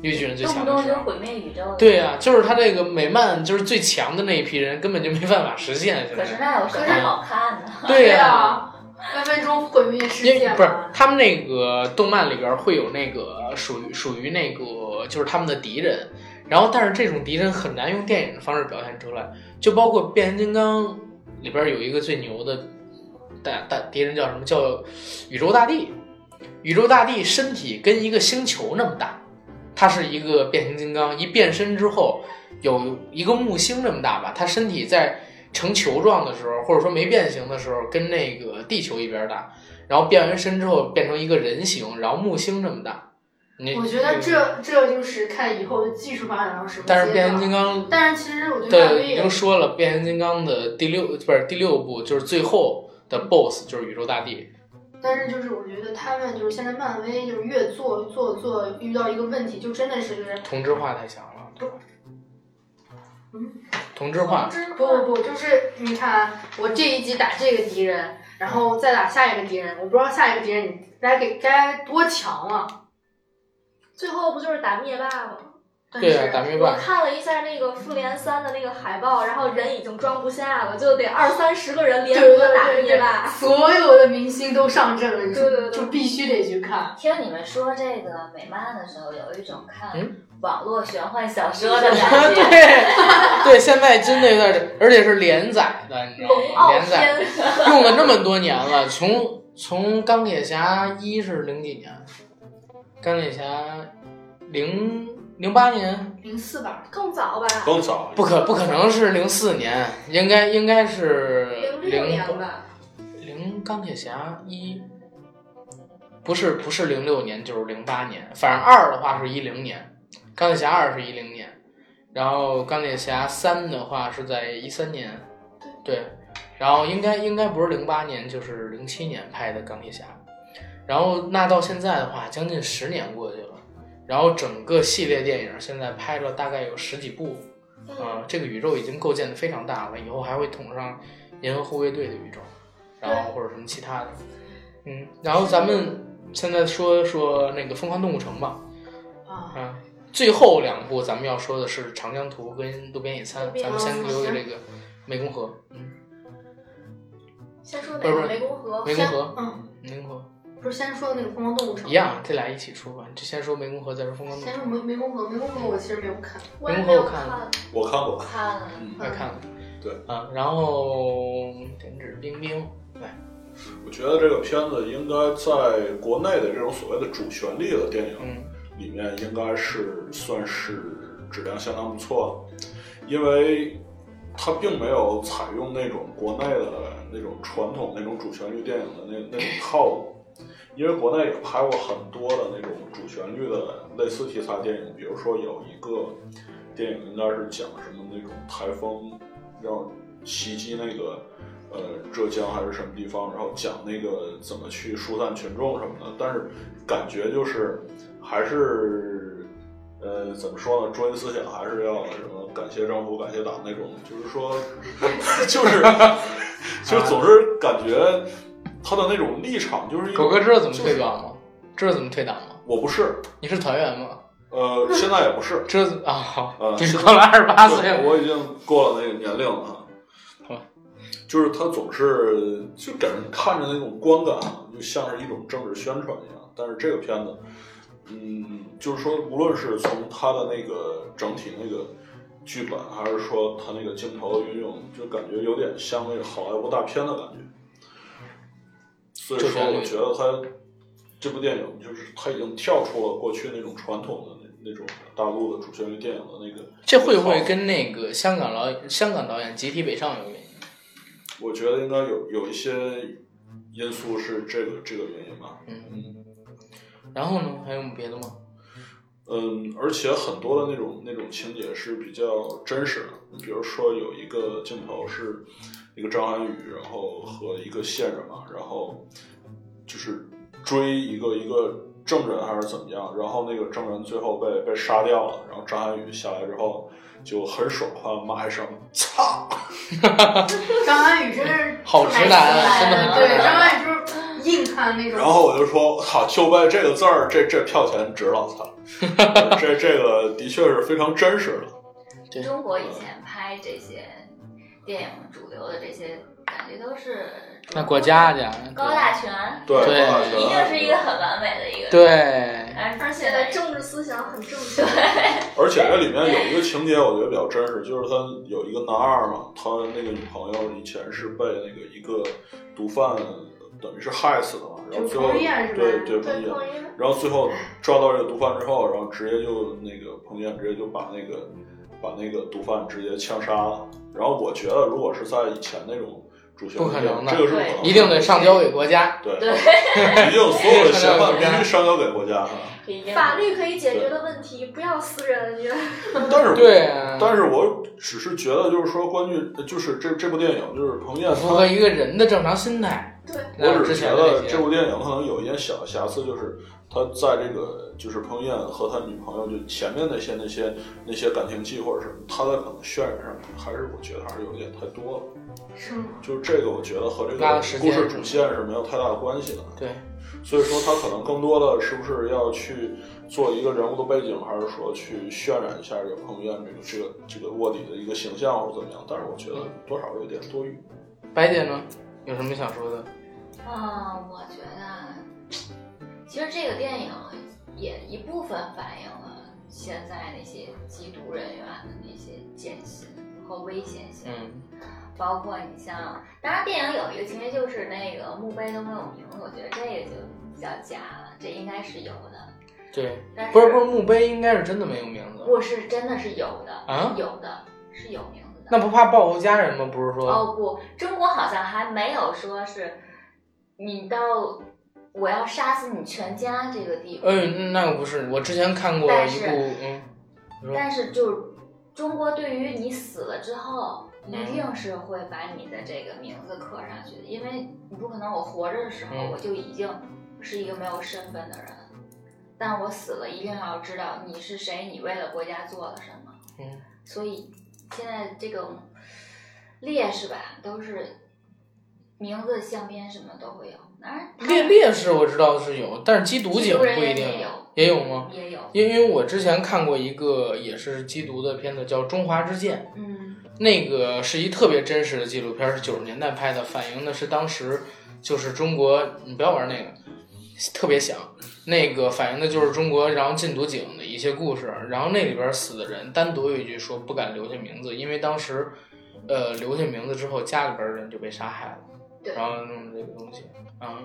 [SPEAKER 1] 绿巨人最
[SPEAKER 3] 动不
[SPEAKER 1] 强的
[SPEAKER 3] 动
[SPEAKER 1] 时
[SPEAKER 3] 就
[SPEAKER 1] 候，
[SPEAKER 3] 毁灭宇宙。
[SPEAKER 1] 对啊呀、就是他这个美漫就是最强的那一批人，根本就没办法实现。现
[SPEAKER 3] 可是
[SPEAKER 1] 在，
[SPEAKER 3] 那有什么好看的？
[SPEAKER 1] 对呀、
[SPEAKER 2] 啊，分分钟毁灭世
[SPEAKER 1] 因为
[SPEAKER 2] 界嘛
[SPEAKER 1] 不是他们那个动漫里边会有那个属于属于那个就是他们的敌人，然后但是这种敌人很难用电影的方式表现出来，就包括变形金刚里边有一个最牛的大大敌人叫什么叫宇宙大帝，宇宙大帝身体跟一个星球那么大，他是一个变形金刚，一变身之后有一个木星这么大吧，他身体在成球状的时候，或者说没变形的时候，跟那个地球一边大，然后变完身之后变成一个人形，然后木星这么大。你
[SPEAKER 2] 我觉得，这这就是看以后的技术发展到什么
[SPEAKER 1] 但是
[SPEAKER 2] 阶
[SPEAKER 1] 变形
[SPEAKER 2] 段
[SPEAKER 1] 金刚
[SPEAKER 2] 但是其实我觉得漫
[SPEAKER 1] 对，
[SPEAKER 2] 威
[SPEAKER 1] 已
[SPEAKER 2] 也
[SPEAKER 1] 经说了，变形金刚的第六不是第六部，就是最后的 BOSS 就是宇宙大帝。
[SPEAKER 2] 但是就是我觉得他们就是现在漫威就是越做做做遇到一个问题，就真的是就是
[SPEAKER 1] 同质化太强了，对吧？
[SPEAKER 2] 嗯，
[SPEAKER 1] 同质化，
[SPEAKER 2] 啊不不不，就是你看啊我这一集打这个敌人，然后再打下一个敌人。我不知道下一个敌人你该给该多强啊！
[SPEAKER 4] 最后不就是打灭霸吗？
[SPEAKER 2] 但
[SPEAKER 4] 啊
[SPEAKER 1] 对呀、啊
[SPEAKER 2] 是
[SPEAKER 1] 打灭
[SPEAKER 4] 我
[SPEAKER 1] 霸，
[SPEAKER 4] 看了一下那个复联三的那个海报，然后人已经装不下了，就得二三十个人联
[SPEAKER 2] 对对
[SPEAKER 4] 合打
[SPEAKER 2] 对
[SPEAKER 4] 灭
[SPEAKER 2] 对
[SPEAKER 4] 霸。
[SPEAKER 2] 所有的明星都上阵了，你就
[SPEAKER 4] 对对对
[SPEAKER 2] 就必须得去看。
[SPEAKER 3] 听你们说这个美漫的时候，有一种看
[SPEAKER 1] 嗯
[SPEAKER 3] 网络玄幻小说的感 觉。
[SPEAKER 1] 对对，现在真的有点儿，而且是连载的，你知道
[SPEAKER 4] 龙
[SPEAKER 1] 吗？
[SPEAKER 4] 傲
[SPEAKER 1] 连载
[SPEAKER 4] 天，
[SPEAKER 1] 用了这么多年了，从从钢铁侠一是零几年，钢铁侠零零八年，
[SPEAKER 2] 零四吧，
[SPEAKER 4] 更早吧？
[SPEAKER 5] 更早，
[SPEAKER 1] 不可不可能是零四年，应该应该是
[SPEAKER 4] 零六
[SPEAKER 1] 零
[SPEAKER 4] 年吧？
[SPEAKER 1] 零钢铁侠一，不是不是零六年就是零八年，反正二的话是一零年，钢铁侠二是一零年，然后钢铁侠三的话是在一三年，对，然后应该应该不是零八年就是零七年拍的钢铁侠，然后那到现在的话将近十年过去了，然后整个系列电影现在拍了大概有十几部，
[SPEAKER 4] 嗯，
[SPEAKER 1] 呃，这个宇宙已经构建的非常大了，以后还会统上银河护卫队的宇宙，然后或者什么其他的。嗯，然后咱们现在说说那个《疯狂动物城》吧，
[SPEAKER 2] 啊，
[SPEAKER 1] 啊，最后两部咱们要说的是《长江图》跟《路边野餐
[SPEAKER 4] 路》，边
[SPEAKER 1] 咱们先
[SPEAKER 2] 野餐
[SPEAKER 1] 留给这个湄公河，嗯，
[SPEAKER 4] 先说哪
[SPEAKER 1] 不是
[SPEAKER 4] 个？
[SPEAKER 1] 不是
[SPEAKER 4] 湄公河。
[SPEAKER 1] 湄公河，
[SPEAKER 2] 嗯，
[SPEAKER 1] 湄公河
[SPEAKER 2] 不是先说那个《疯狂动物城》
[SPEAKER 1] 一，样，这俩一起说吧，就先说湄公河，再说《疯狂动物
[SPEAKER 2] 先
[SPEAKER 1] 城
[SPEAKER 2] 说湄湄公河，湄公河我其实没有 看，
[SPEAKER 4] 我也
[SPEAKER 1] 湄公
[SPEAKER 4] 没
[SPEAKER 1] 河
[SPEAKER 4] 有
[SPEAKER 1] 我看了
[SPEAKER 4] 看。
[SPEAKER 5] 我看过，嗯
[SPEAKER 3] 看了，
[SPEAKER 1] 快看了，
[SPEAKER 5] 对
[SPEAKER 1] 啊，然后点指冰冰，
[SPEAKER 5] 我觉得这个片子应该在国内的这种所谓的主旋律的电影
[SPEAKER 1] 嗯
[SPEAKER 5] 里面，应该是算是质量相当不错的，因为它并没有采用那种国内的那种传统那种主旋律电影的那那种套路。因为国内也拍过很多的那种主旋律的类似题材电影，比如说有一个电影应该是讲什么那种台风让袭击那个呃浙江还是什么地方，然后讲那个怎么去疏散群众什么的，但是感觉就是还是呃怎么说呢，中心思想还是要什么感谢政府、感谢党那种，就是说 就是 就是总是感觉他的那种立场就是一种
[SPEAKER 1] 狗哥知道怎么退稿吗？知道怎么退档吗？
[SPEAKER 5] 我不是
[SPEAKER 1] 你是团员吗？
[SPEAKER 5] 呃现在也不是。
[SPEAKER 1] 这啊，好，
[SPEAKER 5] 呃
[SPEAKER 1] 对，
[SPEAKER 5] 是
[SPEAKER 1] 过了二十 八岁
[SPEAKER 5] 对
[SPEAKER 1] 了，
[SPEAKER 5] 我已经过了那个年龄了哈。
[SPEAKER 1] 好
[SPEAKER 5] 就是他总是就给人看着那种观感，啊就像是一种政治宣传一样。但是这个片子，嗯，就是说，无论是从他的那个整体那个剧本，还是说他那个镜头的运用，就感觉有点像那个好莱坞大片的感觉。所以
[SPEAKER 1] 就
[SPEAKER 5] 说，
[SPEAKER 1] 旋律
[SPEAKER 5] 我觉得他这部电影就是他已经跳出了过去那种传统的那那种大陆的主旋律电影的那个。
[SPEAKER 1] 这会不会跟那个香港老香港导演集体北上有关系？
[SPEAKER 5] 我觉得应该有有一些因素是这个这个原因吧。
[SPEAKER 1] 嗯，然后呢，还有别的吗？
[SPEAKER 5] 嗯，而且很多的那种那种情节是比较真实的，比如说有一个镜头是一个张涵予，然后和一个线人嘛，然后就是追一个一个证人还是怎么样，然后那个证人最后被被杀掉了，然后张涵予下来之后就很爽快地骂一声“ 操
[SPEAKER 2] 张涵予真是
[SPEAKER 1] 好直男啊，真的很直
[SPEAKER 2] 对，张
[SPEAKER 1] 男。
[SPEAKER 2] 涵予就是硬汉那”，种。
[SPEAKER 5] 然后我就说：“我操，就为这个字儿，这这票钱值了！” 操，这这个的确是非常真实的。
[SPEAKER 1] 对
[SPEAKER 3] 中国以前拍这些电影主流的这些，感觉都是
[SPEAKER 1] 那国家去啊，
[SPEAKER 3] 高大全，
[SPEAKER 5] 对
[SPEAKER 1] 对
[SPEAKER 5] 高大全
[SPEAKER 3] 一定是一个很完美的一个。，
[SPEAKER 1] 对，
[SPEAKER 4] 而
[SPEAKER 3] 而
[SPEAKER 4] 且
[SPEAKER 3] 且
[SPEAKER 4] 的
[SPEAKER 3] 在
[SPEAKER 4] 政治思想很正确。
[SPEAKER 5] 而且这里面有一个情节，我觉得比较真实，就是他有一个男二嘛，他那个女朋友以前是被那个一个毒贩等于是害死的嘛，然后最
[SPEAKER 2] 就是
[SPEAKER 5] 后
[SPEAKER 2] 彭于晏是吧
[SPEAKER 5] 对对彭于
[SPEAKER 4] 对，
[SPEAKER 5] 晏，
[SPEAKER 4] 彭于晏
[SPEAKER 5] 然后最后抓到这个毒贩之后，然后直接就那个彭于晏直接就把那个把那个毒贩直接枪杀了。然后我觉得，如果是在以前那种主旋律，
[SPEAKER 1] 不可能的
[SPEAKER 5] 这个是不可能的，
[SPEAKER 1] 一定得上交给国家。
[SPEAKER 5] 对，
[SPEAKER 3] 对
[SPEAKER 5] 一定所 有的嫌犯必须上交给国家。
[SPEAKER 4] 法律可以解决的问题，不要私人。
[SPEAKER 5] 但是
[SPEAKER 1] 对啊
[SPEAKER 5] 但是我只是觉得，就是说，关于就是这这部电影，就是彭于晏
[SPEAKER 1] 符合
[SPEAKER 5] 他
[SPEAKER 1] 一个人的正常心态。
[SPEAKER 4] 对，
[SPEAKER 5] 我只
[SPEAKER 1] 之
[SPEAKER 5] 是
[SPEAKER 1] 前
[SPEAKER 5] 觉
[SPEAKER 1] 的那些
[SPEAKER 5] 得这部电影可能有一点小瑕疵，就是他在这个就是彭于晏和他女朋友就前面那些那些那些感情戏或者什么，他在可能渲染上还是我觉得还是有一点太多了。
[SPEAKER 2] 是吗？
[SPEAKER 5] 就是这个，我觉得和这
[SPEAKER 1] 拉
[SPEAKER 5] 个
[SPEAKER 1] 了时
[SPEAKER 5] 故
[SPEAKER 1] 间
[SPEAKER 5] 事主线是没有太大的关系的。
[SPEAKER 1] 对，
[SPEAKER 5] 所以说他可能更多的是不是要去做一个人物的背景，还是说去渲染一下这个彭于晏这个这个这个卧底的一个形象或者怎么样？但是我觉得多少有点多余。
[SPEAKER 1] 白姐呢，有什么想说的？
[SPEAKER 3] 嗯，我觉得其实这个电影也一部分反映了现在那些缉毒人员的那些艰辛和危险性，
[SPEAKER 1] 嗯
[SPEAKER 3] 包括你像，当然电影有一个情节就是那个墓碑都没有名，我觉得这个就比较假了，这应该是有的。，
[SPEAKER 1] 对，
[SPEAKER 3] 但是
[SPEAKER 1] 不是不是，墓碑应该是真的没有名字。
[SPEAKER 3] 不是真的是有的，
[SPEAKER 1] 啊
[SPEAKER 3] 有的是有名字的。
[SPEAKER 1] 那不怕报复家人吗？不是说，
[SPEAKER 3] 哦不，中国好像还没有说是你到我要杀死你全家这个地步，
[SPEAKER 1] 嗯，那个不是，我之前看过
[SPEAKER 3] 但
[SPEAKER 1] 一
[SPEAKER 3] 是
[SPEAKER 1] 部，嗯，
[SPEAKER 3] 但是就中国对于你死了之后，
[SPEAKER 1] 嗯
[SPEAKER 3] 一定是会把你的这个名字刻上去的，因为你不可能我活着的时候
[SPEAKER 1] 嗯
[SPEAKER 3] 我就已经是一个没有身份的人，但我死了一定要知道你是谁，你为了国家做了什么。
[SPEAKER 1] 嗯，
[SPEAKER 3] 所以现在这种烈士吧，都是名字相边什么都会有，当然他
[SPEAKER 1] 烈烈士我知道是有，但是缉毒
[SPEAKER 3] 缉
[SPEAKER 1] 警
[SPEAKER 3] 毒人
[SPEAKER 1] 不一定
[SPEAKER 3] 也有，
[SPEAKER 1] 也有吗？
[SPEAKER 3] 也有，
[SPEAKER 1] 因因为我之前看过一个也是缉毒的片子，叫《中华之剑》。
[SPEAKER 3] 嗯
[SPEAKER 1] 那个是一特别真实的纪录片，是九十年代拍的，反映的是当时就是中国，你不要玩那个，特别响。那个反映的就是中国，然后禁毒警的一些故事。然后那里边死的人，单独有一句说不敢留下名字，因为当时，呃，留下名字之后，家里边人就被杀害了。
[SPEAKER 3] 对
[SPEAKER 1] 然后弄这个东西，嗯，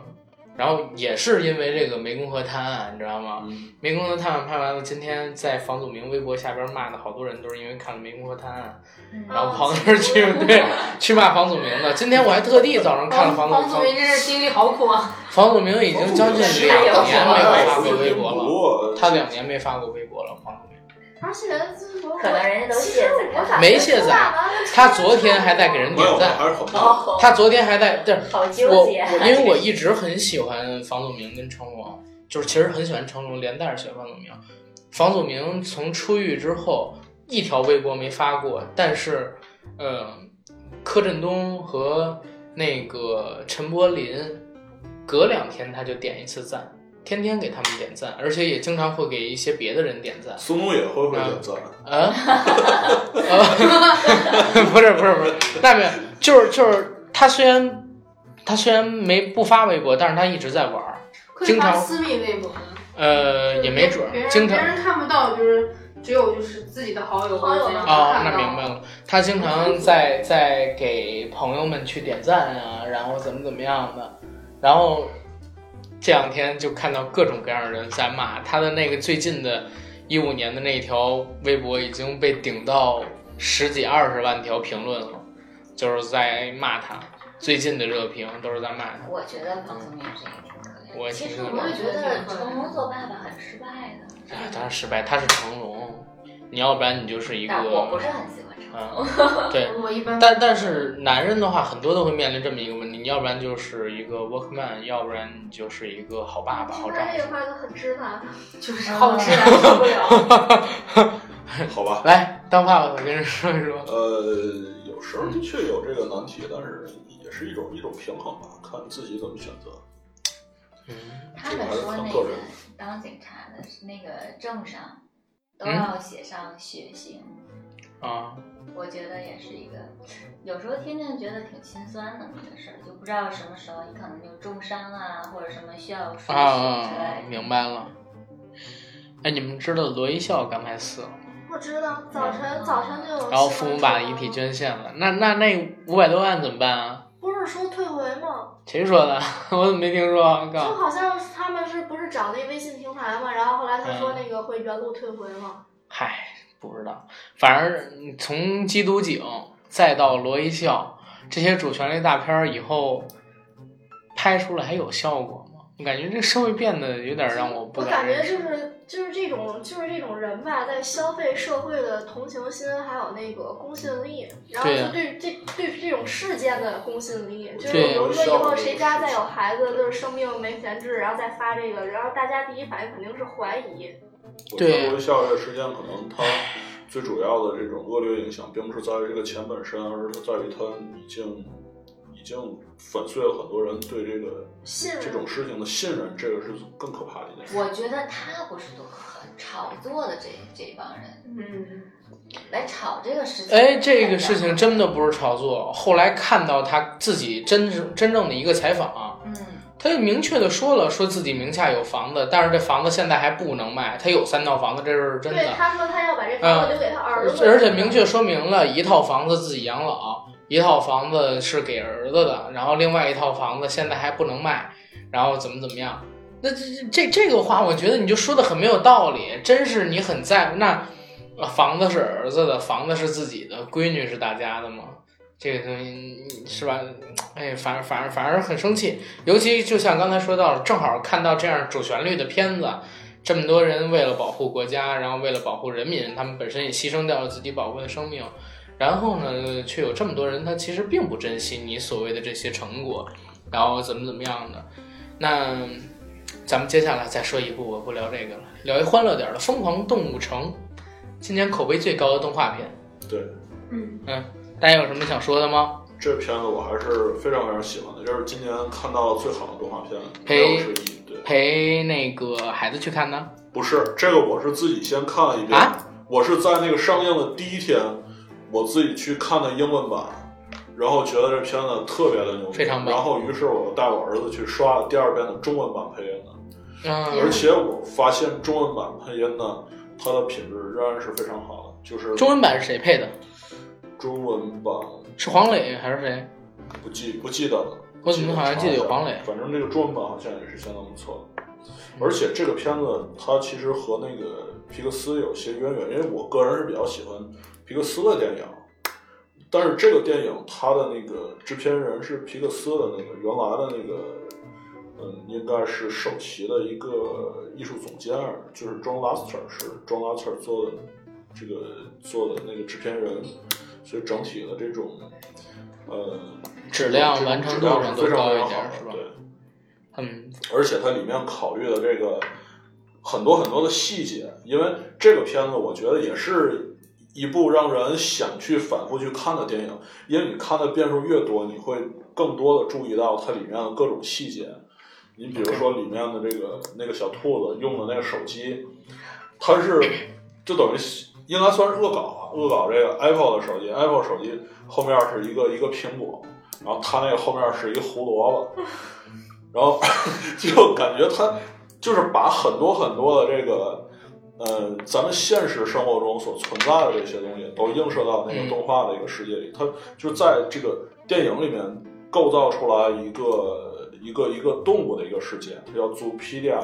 [SPEAKER 1] 然后也是因为这个湄公河滩案，你知道吗？
[SPEAKER 5] 嗯，
[SPEAKER 1] 湄公河滩案拍完了，今天在房祖名微博下边骂的好多人都是因为看了湄公河滩案。
[SPEAKER 3] 嗯，
[SPEAKER 1] 然后跑到那儿去， 对，去骂房祖名了。今天我还特地早上看了
[SPEAKER 2] 黄
[SPEAKER 1] 哦房
[SPEAKER 2] 黄
[SPEAKER 1] 祖
[SPEAKER 2] 祖明
[SPEAKER 1] 名，
[SPEAKER 2] 真是经历好苦啊！
[SPEAKER 1] 房祖名已经将近两年没有发过微博了，
[SPEAKER 5] 了
[SPEAKER 1] 他两年没发过微博了。房祖名，
[SPEAKER 4] 而且就是我
[SPEAKER 3] 可能人家都
[SPEAKER 4] 其
[SPEAKER 3] 卸
[SPEAKER 4] 实
[SPEAKER 3] 载
[SPEAKER 4] 我感觉
[SPEAKER 1] 没卸载
[SPEAKER 4] 出来完了
[SPEAKER 1] 他昨天还在给人
[SPEAKER 5] 没有，
[SPEAKER 1] 点赞，
[SPEAKER 5] 还是很棒。
[SPEAKER 3] 哦，
[SPEAKER 1] 他昨天还在这。
[SPEAKER 3] 好
[SPEAKER 1] 我
[SPEAKER 3] 纠
[SPEAKER 1] 我
[SPEAKER 3] 结啊，
[SPEAKER 1] 因为我一直很喜欢房祖名跟成龙，就是其实很喜欢成龙，连带着喜欢房祖名。房祖名从出狱之后一条微博没发过，但是，呃，柯震东和那个陈柏霖，隔两天他就点一次赞，天天给他们点赞，而且也经常会给一些别的人点赞。
[SPEAKER 5] 苏东野会不会点赞？
[SPEAKER 1] 啊，呃 不是不是不是，那没有，就是就是他虽然他虽然没不发微博，但是他一直在玩儿，
[SPEAKER 2] 可以
[SPEAKER 1] 经
[SPEAKER 2] 发
[SPEAKER 1] 常
[SPEAKER 2] 私密微博吗？
[SPEAKER 1] 呃，也没准
[SPEAKER 2] 别
[SPEAKER 1] 儿，
[SPEAKER 2] 人
[SPEAKER 1] 经常
[SPEAKER 2] 别人看不到，就是只有就是自己的好友
[SPEAKER 4] 好友
[SPEAKER 2] 才能
[SPEAKER 4] 能
[SPEAKER 1] 哦，
[SPEAKER 2] 看
[SPEAKER 1] 那
[SPEAKER 2] 到。
[SPEAKER 1] 明白了，他经常在在给朋友们去点赞啊，然后怎么怎么样的，然后这两天就看到各种各样的人在骂他的那个最近的，一五年的那一条微博已经被顶到十几二十万条评论了，就是在骂他，最近的热评都是在骂他。
[SPEAKER 3] 我觉得房祖名这个挺可怜的。
[SPEAKER 1] 我也
[SPEAKER 3] 其实
[SPEAKER 1] 觉得
[SPEAKER 3] 我也觉得成龙做爸爸很失败的。
[SPEAKER 1] 啊，他失败，他是成龙，你要不然你就是一个啊
[SPEAKER 3] 但我不是很喜欢成 龙。
[SPEAKER 1] 对。
[SPEAKER 2] 我一般
[SPEAKER 1] 但但是男人的话，很多都会面临这么一个问题，你要不然就是一个 workman，要不然你就是一个好爸爸、好
[SPEAKER 4] 说
[SPEAKER 1] 丈
[SPEAKER 4] 这话就很 直白，
[SPEAKER 2] 就是好吃
[SPEAKER 3] 嗯 受不了。
[SPEAKER 1] 夫。
[SPEAKER 5] 好吧，
[SPEAKER 1] 来，当爸爸的跟人说一说。
[SPEAKER 5] 呃，有时候的确有这个难题，但是也是一种一种平衡吧，看自己怎么选择。
[SPEAKER 1] 嗯，
[SPEAKER 3] 他们说那个当警察的那个证上都要写上血型，
[SPEAKER 1] 啊，
[SPEAKER 3] 我觉得也是一个，有时候听听觉得挺心酸的那个事儿，就不知道什么时候你可能就重伤啊，或者什么需要输血
[SPEAKER 1] 啊啊
[SPEAKER 3] 之
[SPEAKER 1] 啊
[SPEAKER 3] 类！的。
[SPEAKER 1] 明白了。哎，你们知道罗一笑刚才死了吗，
[SPEAKER 4] 我知道，早
[SPEAKER 3] 嗯
[SPEAKER 4] 晨早晨就有新闻说。
[SPEAKER 1] 然后父母把遗体捐献了，那那那五百多万怎么办啊？
[SPEAKER 4] 不是说退回吗？
[SPEAKER 1] 谁说的？ 我怎么没听说啊？
[SPEAKER 4] 就
[SPEAKER 1] 告
[SPEAKER 4] 好像他们是不是找那微信平台嘛？然后后来
[SPEAKER 1] 嗯
[SPEAKER 4] 他说那个会原路退回嘛？
[SPEAKER 1] 嗨，不知道，反正从缉毒警再到罗一笑这些主旋律大片儿以后拍出来还有效果吗？我感觉这社会变得有点让我不
[SPEAKER 4] 我感觉
[SPEAKER 1] 认
[SPEAKER 4] 就
[SPEAKER 1] 识。
[SPEAKER 4] 是就是这种就是这种人吧，在消费社会的同情心还有那个公信力，然后
[SPEAKER 1] 对呀
[SPEAKER 4] 就对这对这种事件的公信力，就是
[SPEAKER 1] 对
[SPEAKER 4] 比如说以后谁家再有孩子就是生病没钱治，然后再发这个，然后大家第一反应肯定是怀疑。
[SPEAKER 5] 我
[SPEAKER 1] 对
[SPEAKER 5] 觉得校这个事件可能它最主要的这种恶劣影响，并不是在于这个钱本身，而是它在于它已经已经粉碎了很多人对这个
[SPEAKER 4] 信任
[SPEAKER 5] 这种事情的信任，这个是更可怕的一件事。
[SPEAKER 3] 我觉得他不是多可恨，炒作的这这帮人
[SPEAKER 2] 嗯，
[SPEAKER 3] 来炒这个事情。
[SPEAKER 1] 哎，这个事情，真的不是炒作。后来看到他自己真是真正的一个采访、
[SPEAKER 3] 嗯，
[SPEAKER 1] 他就明确的说了，说自己名下有房子，但是这房子现在还不能卖，他有三套房子，这是真
[SPEAKER 4] 对
[SPEAKER 1] 的。嗯
[SPEAKER 4] 他说他要把这房子留给他儿子，
[SPEAKER 1] 而且明确说明了，一套房子自己养老，一套房子是给儿子的，然后另外一套房子现在还不能卖，然后怎么怎么样？那这这这个话，我觉得你就说的很没有道理，真是你很在乎那呃房子是儿子的，房子是自己的，闺女是大家的嘛。这个东西你是吧？哎，反反而反而很生气，尤其就像刚才说到了，正好看到这样主旋律的片子，这么多人为了保护国家，然后为了保护人民，他们本身也牺牲掉了自己宝贵的生命，然后呢，却有这么多人他其实并不珍惜你所谓的这些成果，然后怎么怎么样的。那咱们接下来再说一部，我不聊这个了，聊一欢乐点儿的《疯狂动物城》，今年口碑最高的动画片，
[SPEAKER 5] 对
[SPEAKER 2] 嗯，
[SPEAKER 1] 大家有什么想说的吗？
[SPEAKER 5] 这片子我还是非常非常喜欢的，这是今年看到最好的动画片，
[SPEAKER 1] 嘿
[SPEAKER 5] 没有之一。对，
[SPEAKER 1] 陪那个孩子去看的。
[SPEAKER 5] 不是这个，我是自己先看了一遍，
[SPEAKER 1] 啊
[SPEAKER 5] 我是在那个上映的第一天，我自己去看的英文版，然后觉得这片子特别的牛逼，
[SPEAKER 1] 非常棒
[SPEAKER 5] 然后于是我带我儿子去刷了第二遍的中文版配音的，
[SPEAKER 1] 嗯，
[SPEAKER 5] 而且我发现中文版配音呢，它的品质仍然是非常好的，就是
[SPEAKER 1] 嗯中文版是谁配的？
[SPEAKER 5] 中文版
[SPEAKER 1] 是黄磊还是谁？
[SPEAKER 5] 不记不记得了。
[SPEAKER 1] 我怎么好像记得有黄磊？
[SPEAKER 5] 反正这个中文版好像也是相当不错的，而且这个片子它其实和那个皮克斯有些渊源，因为我个人是比较喜欢皮克斯的电影，但是这个电影它的那个制片人是皮克斯的那个原来的那个，嗯，应该是首席的一个艺术总监，啊就是 John Lasseter，是 John Lasseter 做的这个做的那个制片人，所以整体的这种。呃，
[SPEAKER 1] 质量
[SPEAKER 5] 这种
[SPEAKER 1] 完成
[SPEAKER 5] 质
[SPEAKER 1] 度
[SPEAKER 5] 量
[SPEAKER 1] 上
[SPEAKER 5] 是
[SPEAKER 1] 都
[SPEAKER 5] 非常
[SPEAKER 1] 高
[SPEAKER 5] 非
[SPEAKER 1] 一
[SPEAKER 5] 常
[SPEAKER 1] 点
[SPEAKER 5] 好，的
[SPEAKER 1] 是吧？
[SPEAKER 5] 对，
[SPEAKER 1] 嗯，
[SPEAKER 5] 而且它里面考虑的这个很多很多的细节，因为这个片子我觉得也是一部让人想去反复去看的电影，因为你看的遍数越多，你会更多的注意到它里面的各种细节。你比如说里面的这个那个小兔子用的那个手机，它是就等于应该算是恶搞啊，恶搞这个 Apple 的手机，Apple 手机后面是一个一个苹果，然后它那个后面是一个胡萝卜，然后 就感觉他就是把很多很多的这个呃，咱们现实生活中所存在的这些东西都映射到那个动画的一个世界里，它就在这个电影里面构造出来一个一个一个动物的一个世界，它叫 Zoopedia，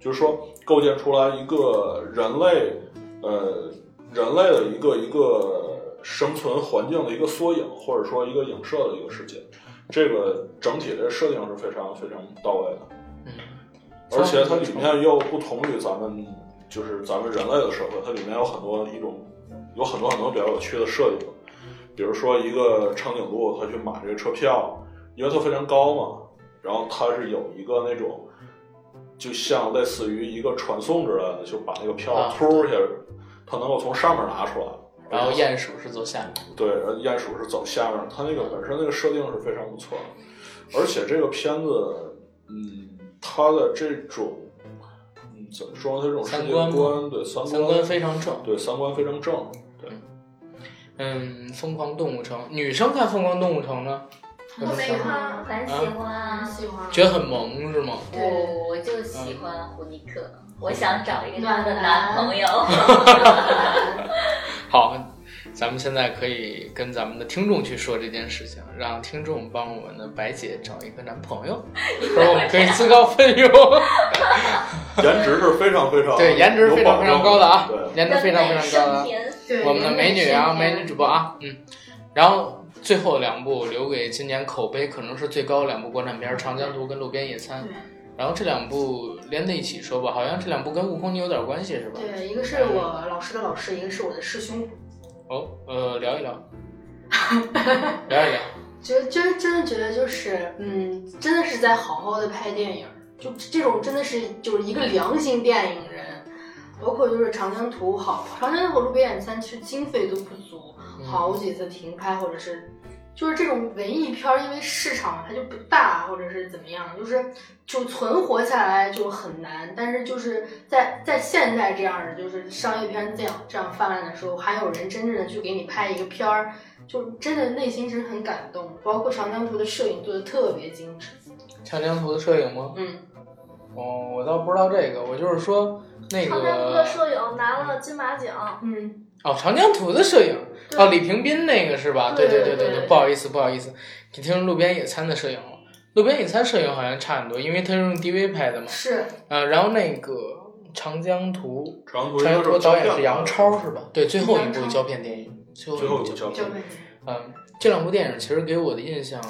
[SPEAKER 5] 就是说构建出来一个人类呃人类的一个一个生存环境的一个缩影，或者说一个影射的一个世界。这个整体的设定是非常非常到位的，
[SPEAKER 1] 嗯
[SPEAKER 5] 而且它里面又不同于咱们就是咱们人类的社会，它里面有很多一种有很多很多比较有趣的设定，比如说一个长颈鹿它去买这个车票，因为它非常高嘛，然后它是有一个那种就像类似于一个传送之类的，就把那个票
[SPEAKER 1] 啊
[SPEAKER 5] 突一下，它能够从上面拿出来，
[SPEAKER 1] 然后鼹鼠是走下面，
[SPEAKER 5] 对，然后鼹鼠是走下面儿，它那个本身那个设定是非常不错的，而且这个片子，嗯，它的这种，嗯，怎么说呢？它这种世
[SPEAKER 1] 三
[SPEAKER 5] 界
[SPEAKER 1] 观吗
[SPEAKER 5] 观，对三
[SPEAKER 1] 三观非常正。
[SPEAKER 5] 对三观非常正，
[SPEAKER 1] 嗯，《疯狂动物城》，女生看《疯狂动物城》呢，
[SPEAKER 2] 我没看，
[SPEAKER 3] 很喜欢
[SPEAKER 2] 嗯很。
[SPEAKER 1] 啊
[SPEAKER 2] 喜欢，
[SPEAKER 1] 觉得很萌是吗？
[SPEAKER 3] 我我就喜欢胡尼克，我想找一个他的
[SPEAKER 2] 暖男
[SPEAKER 3] 男朋友。
[SPEAKER 1] 好，咱们现在可以跟咱们的听众去说这件事情，让听众帮我们的白姐找一个男朋友，说我们可以自告奋勇。
[SPEAKER 5] 颜值是非常非常
[SPEAKER 1] 对，颜值非常非常高的啊
[SPEAKER 5] 有保证，的
[SPEAKER 1] 颜值非常非常高的
[SPEAKER 3] 人美声
[SPEAKER 1] 啊。
[SPEAKER 3] 甜
[SPEAKER 2] 对
[SPEAKER 1] 我们的美女啊，
[SPEAKER 3] 人
[SPEAKER 1] 美
[SPEAKER 3] 美声甜
[SPEAKER 1] 女主播啊，嗯，然后最后两部留给今年口碑可能是最高的两部国产片儿《长江图》跟《路边野餐》，
[SPEAKER 2] 对
[SPEAKER 1] 然后这两部连在一起说吧，好像这两部跟悟空你有点关系是吧？
[SPEAKER 2] 对，一个是我老师的老师，一个是我的师兄。
[SPEAKER 1] 哦，呃，聊 一聊，聊一聊。
[SPEAKER 2] 觉真真的觉得就是，嗯，真的是在好好的拍电影儿，就这种真的是就是一个良心电影人，包括就是《长江图》好，《长江图》路边野餐其实经费都不足，
[SPEAKER 1] 嗯
[SPEAKER 2] 好几次停拍或者是。就是这种文艺片儿，因为市场它就不大，或者是怎么样，就是就存活下来就很难。但是就是在在现在这样的就是商业片这样这样泛滥的时候，还有人真正的去给你拍一个片儿，就真的内心是很感动。包括长江图的摄影做的特别精致，
[SPEAKER 1] 长江图的摄影吗？
[SPEAKER 2] 嗯，
[SPEAKER 1] 哦，我倒不知道这个，我就是说那
[SPEAKER 4] 长江图的
[SPEAKER 1] 个
[SPEAKER 4] 摄影拿了金马奖，
[SPEAKER 2] 嗯，
[SPEAKER 1] 哦，长江图的摄影
[SPEAKER 4] 对
[SPEAKER 1] 哦，李平斌那个是吧？
[SPEAKER 4] 对
[SPEAKER 1] 对对
[SPEAKER 4] 对对
[SPEAKER 1] 对，不好意思不好意思，你听路边野餐的摄影了。路边野餐摄影好像差很多，因为它是用 DV 拍的嘛。
[SPEAKER 2] 是
[SPEAKER 1] 呃，然后那个长江图，
[SPEAKER 5] 长途
[SPEAKER 1] 长江
[SPEAKER 5] 一
[SPEAKER 1] 图
[SPEAKER 5] 个
[SPEAKER 1] 导演
[SPEAKER 5] 胶
[SPEAKER 1] 是
[SPEAKER 5] 片
[SPEAKER 1] 杨超是吧？对，最后一
[SPEAKER 2] 杨
[SPEAKER 1] 部
[SPEAKER 2] 超
[SPEAKER 1] 胶片电影，最
[SPEAKER 5] 最后
[SPEAKER 1] 后一
[SPEAKER 5] 一
[SPEAKER 1] 部
[SPEAKER 5] 部
[SPEAKER 1] 胶
[SPEAKER 5] 胶
[SPEAKER 1] 片。
[SPEAKER 5] 片
[SPEAKER 2] 就会
[SPEAKER 1] 嗯，这两部电影其实给我的印象，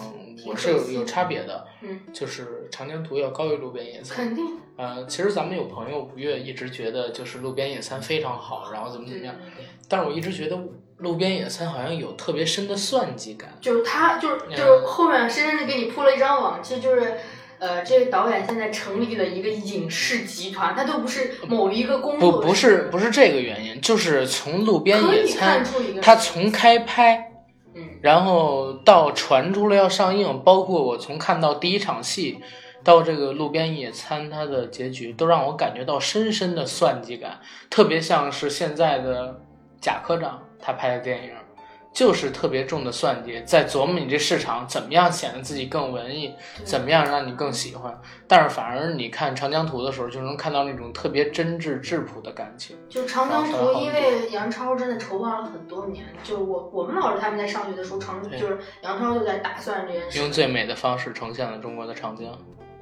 [SPEAKER 1] 我是有有差别的。
[SPEAKER 2] 嗯，
[SPEAKER 1] 就是长江图要高于路边野餐。
[SPEAKER 2] 肯定
[SPEAKER 1] 呃，其实咱们有朋友不悦，一直觉得就是路边野餐非常好，然后怎么怎么样，
[SPEAKER 2] 嗯
[SPEAKER 1] 但是我一直觉得路边野餐好像有特别深的算计感。
[SPEAKER 2] 就是他，就是
[SPEAKER 1] 嗯
[SPEAKER 2] 就是后面深深的给你铺了一张网，这就是，呃，这个导演现在成立了一个影视集团，他都不是某一个工作
[SPEAKER 1] 不，
[SPEAKER 2] 室，
[SPEAKER 1] 不是不是这个原因，就是从路边
[SPEAKER 2] 可
[SPEAKER 1] 野
[SPEAKER 2] 以
[SPEAKER 1] 餐，
[SPEAKER 2] 看出一个
[SPEAKER 1] 它从开拍，
[SPEAKER 2] 嗯
[SPEAKER 1] 然后到传出来要上映，包括我从看到第一场戏。到这个路边野餐，它的结局都让我感觉到深深的算计感，特别像是现在的贾科长他拍的电影，就是特别重的算计，在琢磨你这市场怎么样显得自己更文艺，怎么样让你更喜欢。但是反而你看《长江图》的时候，就能看到那种特别真挚质朴的感情。
[SPEAKER 2] 就长江图，因为杨超真的筹划了很多年，就是我我们老师他们在上学的时候，长
[SPEAKER 1] 对
[SPEAKER 2] 就是杨超就在打算这件事
[SPEAKER 1] 用。最美的方式呈现了中国的长江。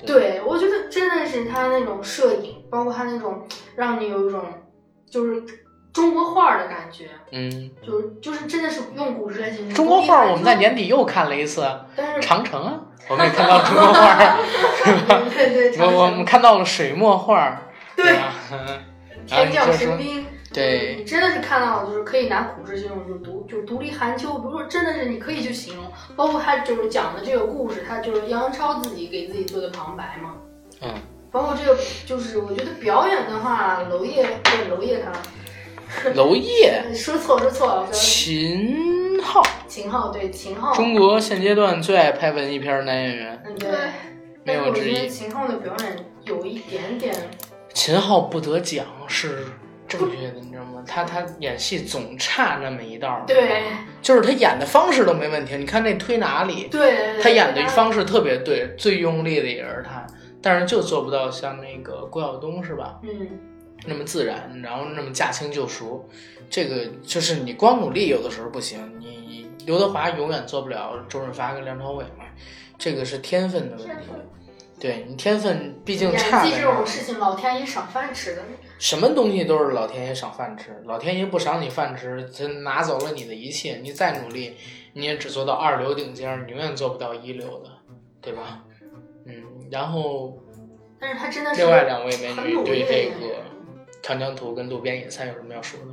[SPEAKER 2] 对，我觉得真的是他那种摄影，包括他那种让你有一种就是中国画儿的感觉，
[SPEAKER 1] 嗯，
[SPEAKER 2] 就是就是真的是用古诗来形容。
[SPEAKER 1] 中国画儿我们在
[SPEAKER 2] 年，
[SPEAKER 1] 年底又看了一次，
[SPEAKER 2] 但是
[SPEAKER 1] 长城啊，我们也看到中国画 儿，
[SPEAKER 2] 对对，长
[SPEAKER 1] 我我
[SPEAKER 2] 城
[SPEAKER 1] 们看到了水墨画儿，
[SPEAKER 2] 对
[SPEAKER 1] 吧？然后
[SPEAKER 2] 天
[SPEAKER 1] 你
[SPEAKER 2] 降
[SPEAKER 1] 就
[SPEAKER 2] 神
[SPEAKER 1] 说，
[SPEAKER 2] 兵，
[SPEAKER 1] 对
[SPEAKER 2] 你真的是看到就是可以拿古诗形容，就是独就是独立寒秋，比如说真的是你可以去形容，包括他就是讲的这个故事，他就是杨超自己给自己做的旁白嘛，
[SPEAKER 1] 嗯，
[SPEAKER 2] 包括这个就是我觉得表演的话，娄烨对娄烨他呃
[SPEAKER 1] 娄烨、
[SPEAKER 2] 说错说错了，说
[SPEAKER 1] 秦昊，
[SPEAKER 2] 秦昊对秦昊，
[SPEAKER 1] 中国现阶段最爱拍文艺片儿男演员，
[SPEAKER 2] 嗯
[SPEAKER 4] 对
[SPEAKER 2] 对，
[SPEAKER 1] 没
[SPEAKER 2] 但是
[SPEAKER 1] 有
[SPEAKER 2] 我
[SPEAKER 1] 之
[SPEAKER 2] 觉得
[SPEAKER 1] 一。
[SPEAKER 2] 秦昊的表演有一点点
[SPEAKER 1] 秦昊不得奖是正确的，你知道吗？他他演戏总差那么一道儿，
[SPEAKER 2] 对
[SPEAKER 1] 就是他演的方式都没问题。你看那推拿里，
[SPEAKER 2] 对，
[SPEAKER 1] 他演的方式特别对，最用力的也是他，但是就做不到像那个郭晓东是吧？
[SPEAKER 2] 嗯
[SPEAKER 1] 那么自然，然后那么驾轻就熟，这个就是你光努力有的时候不行，你刘德华永远做不了周润发跟梁朝伟嘛，这个是天分的问
[SPEAKER 4] 天
[SPEAKER 1] 题
[SPEAKER 4] 赋。
[SPEAKER 1] 对你天分毕竟
[SPEAKER 2] 演
[SPEAKER 1] 差
[SPEAKER 2] 技
[SPEAKER 1] 在
[SPEAKER 2] 这
[SPEAKER 1] 那儿
[SPEAKER 2] 种事情，老天爷赏饭吃的。
[SPEAKER 1] 什么东西都是老天爷赏饭吃，老天爷不赏你饭吃，他拿走了你的一切，你再努力，你也只做到二流顶尖儿，你永远做不到一流的，对吧？嗯，然后
[SPEAKER 2] 但是他真的是
[SPEAKER 1] 另外两位美
[SPEAKER 2] 很
[SPEAKER 1] 女
[SPEAKER 2] 努力
[SPEAKER 1] 对
[SPEAKER 2] 的
[SPEAKER 1] 这
[SPEAKER 2] 演
[SPEAKER 1] 个
[SPEAKER 2] 员。
[SPEAKER 1] 《长江图》跟《路边野餐》有什么要说的吗？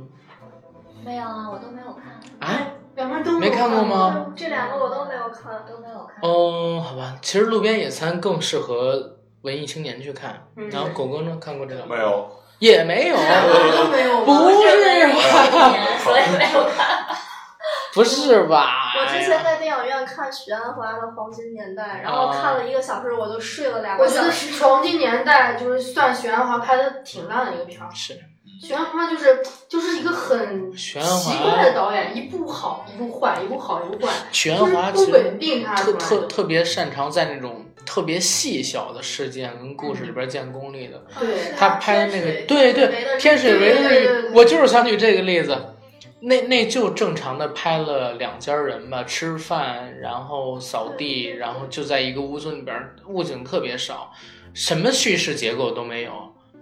[SPEAKER 3] 没有啊，我都没有看，
[SPEAKER 1] 啊？
[SPEAKER 2] 两边都
[SPEAKER 1] 没看过吗
[SPEAKER 4] 这这两个我都没有看，
[SPEAKER 3] 都没有看。
[SPEAKER 1] 嗯，好吧，其实《路边野餐》更适合文艺青年去看。
[SPEAKER 2] 嗯
[SPEAKER 1] 然后狗哥呢，看过这两部
[SPEAKER 5] 嗯没？有，
[SPEAKER 1] 也没有，
[SPEAKER 2] 都没有
[SPEAKER 1] 不
[SPEAKER 2] 吗？
[SPEAKER 1] 是
[SPEAKER 5] 哎
[SPEAKER 1] 吧？
[SPEAKER 3] 所以没有看。
[SPEAKER 1] 不是吧？哎
[SPEAKER 4] 我之前在电影院看许鞍华的《黄金年代》，然
[SPEAKER 1] 啊
[SPEAKER 4] 后看了一个小时，我都睡了两
[SPEAKER 2] 我
[SPEAKER 4] 个
[SPEAKER 2] 觉
[SPEAKER 4] 小
[SPEAKER 2] 得
[SPEAKER 4] 时。
[SPEAKER 2] 《黄金年代》就是算许鞍华拍的挺烂的一个片儿。
[SPEAKER 1] 是
[SPEAKER 2] 许鞍华就是就是一个很
[SPEAKER 1] 许鞍华
[SPEAKER 2] 奇怪的导演，一部好一部坏，一部好一部坏，
[SPEAKER 1] 许鞍
[SPEAKER 2] 就是
[SPEAKER 1] 华其
[SPEAKER 2] 不
[SPEAKER 1] 实
[SPEAKER 2] 稳定他
[SPEAKER 1] 特
[SPEAKER 2] 出来
[SPEAKER 1] 特
[SPEAKER 2] 的。
[SPEAKER 1] 特别擅长在那种特别细小的事件跟故事里边建功力的。
[SPEAKER 2] 对
[SPEAKER 1] 他拍那个对对，天水围的
[SPEAKER 2] 对对
[SPEAKER 1] 那
[SPEAKER 2] 对
[SPEAKER 1] 个
[SPEAKER 2] 对，
[SPEAKER 1] 我就是想举这个例子。那那就正常的拍了两家人吧，吃饭，然后扫地，然后就在一个屋子里边，物景特别少，什么叙事结构都没有，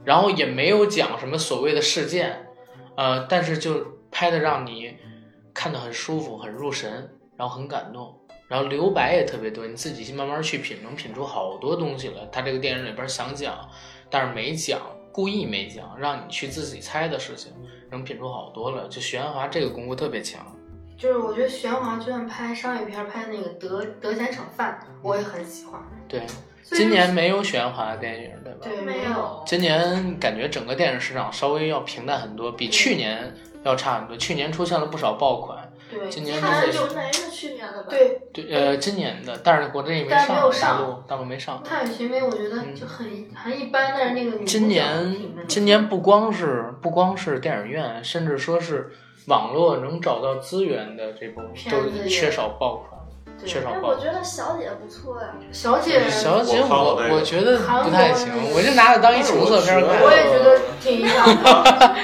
[SPEAKER 1] 然后也没有讲什么所谓的事件，呃，但是就拍的让你看得很舒服，很入神，然后很感动。然然后留白也特别多，你自己慢慢去品，能品出好多东西来。他这个电影里边想讲，但是没讲，故意没讲，让你去自己猜的事情，能品出好多了。就徐安华这个功夫特别强，
[SPEAKER 2] 就是我觉得徐安华就算拍商业片，拍那个德德贤炒饭，我也很喜欢。
[SPEAKER 1] 对，
[SPEAKER 2] 所以
[SPEAKER 1] 今年没有徐安华的电影，对吧？
[SPEAKER 2] 对
[SPEAKER 4] 没有
[SPEAKER 1] 今年感觉整个电影市场稍微要平淡很多，比去年要差很多。去年出现了不少爆款，
[SPEAKER 2] 对
[SPEAKER 1] 今年
[SPEAKER 4] 他
[SPEAKER 1] 就
[SPEAKER 4] 有
[SPEAKER 1] 是
[SPEAKER 4] 没是去年的吧？，
[SPEAKER 2] 对
[SPEAKER 1] 对呃今年的，但是国内没
[SPEAKER 2] 但是没有
[SPEAKER 1] 大
[SPEAKER 2] 上
[SPEAKER 1] 陆大陆没上。
[SPEAKER 2] 《探险寻梅》，我觉得就很很一般，但是那个女
[SPEAKER 1] 今
[SPEAKER 2] 主角挺那
[SPEAKER 1] 年
[SPEAKER 2] 个
[SPEAKER 1] 今年不光是不光是电影院，甚至说是网络能找到资源的这部
[SPEAKER 2] 片
[SPEAKER 1] 都
[SPEAKER 2] 子也
[SPEAKER 1] 缺少爆款，
[SPEAKER 2] 对
[SPEAKER 1] 缺少
[SPEAKER 4] 哎，
[SPEAKER 1] 爆
[SPEAKER 4] 我
[SPEAKER 1] 款。
[SPEAKER 4] 觉得小姐不错呀，
[SPEAKER 2] 小姐，
[SPEAKER 1] 小姐，
[SPEAKER 5] 我看过那
[SPEAKER 1] 我
[SPEAKER 5] 个
[SPEAKER 1] 我觉得
[SPEAKER 2] 韩
[SPEAKER 1] 不
[SPEAKER 2] 国
[SPEAKER 1] 太
[SPEAKER 2] 的
[SPEAKER 1] 行
[SPEAKER 2] 那，个
[SPEAKER 1] 我就拿它当一情色片
[SPEAKER 5] 我觉
[SPEAKER 1] 看
[SPEAKER 5] 得
[SPEAKER 2] 我。也觉得挺一般 的。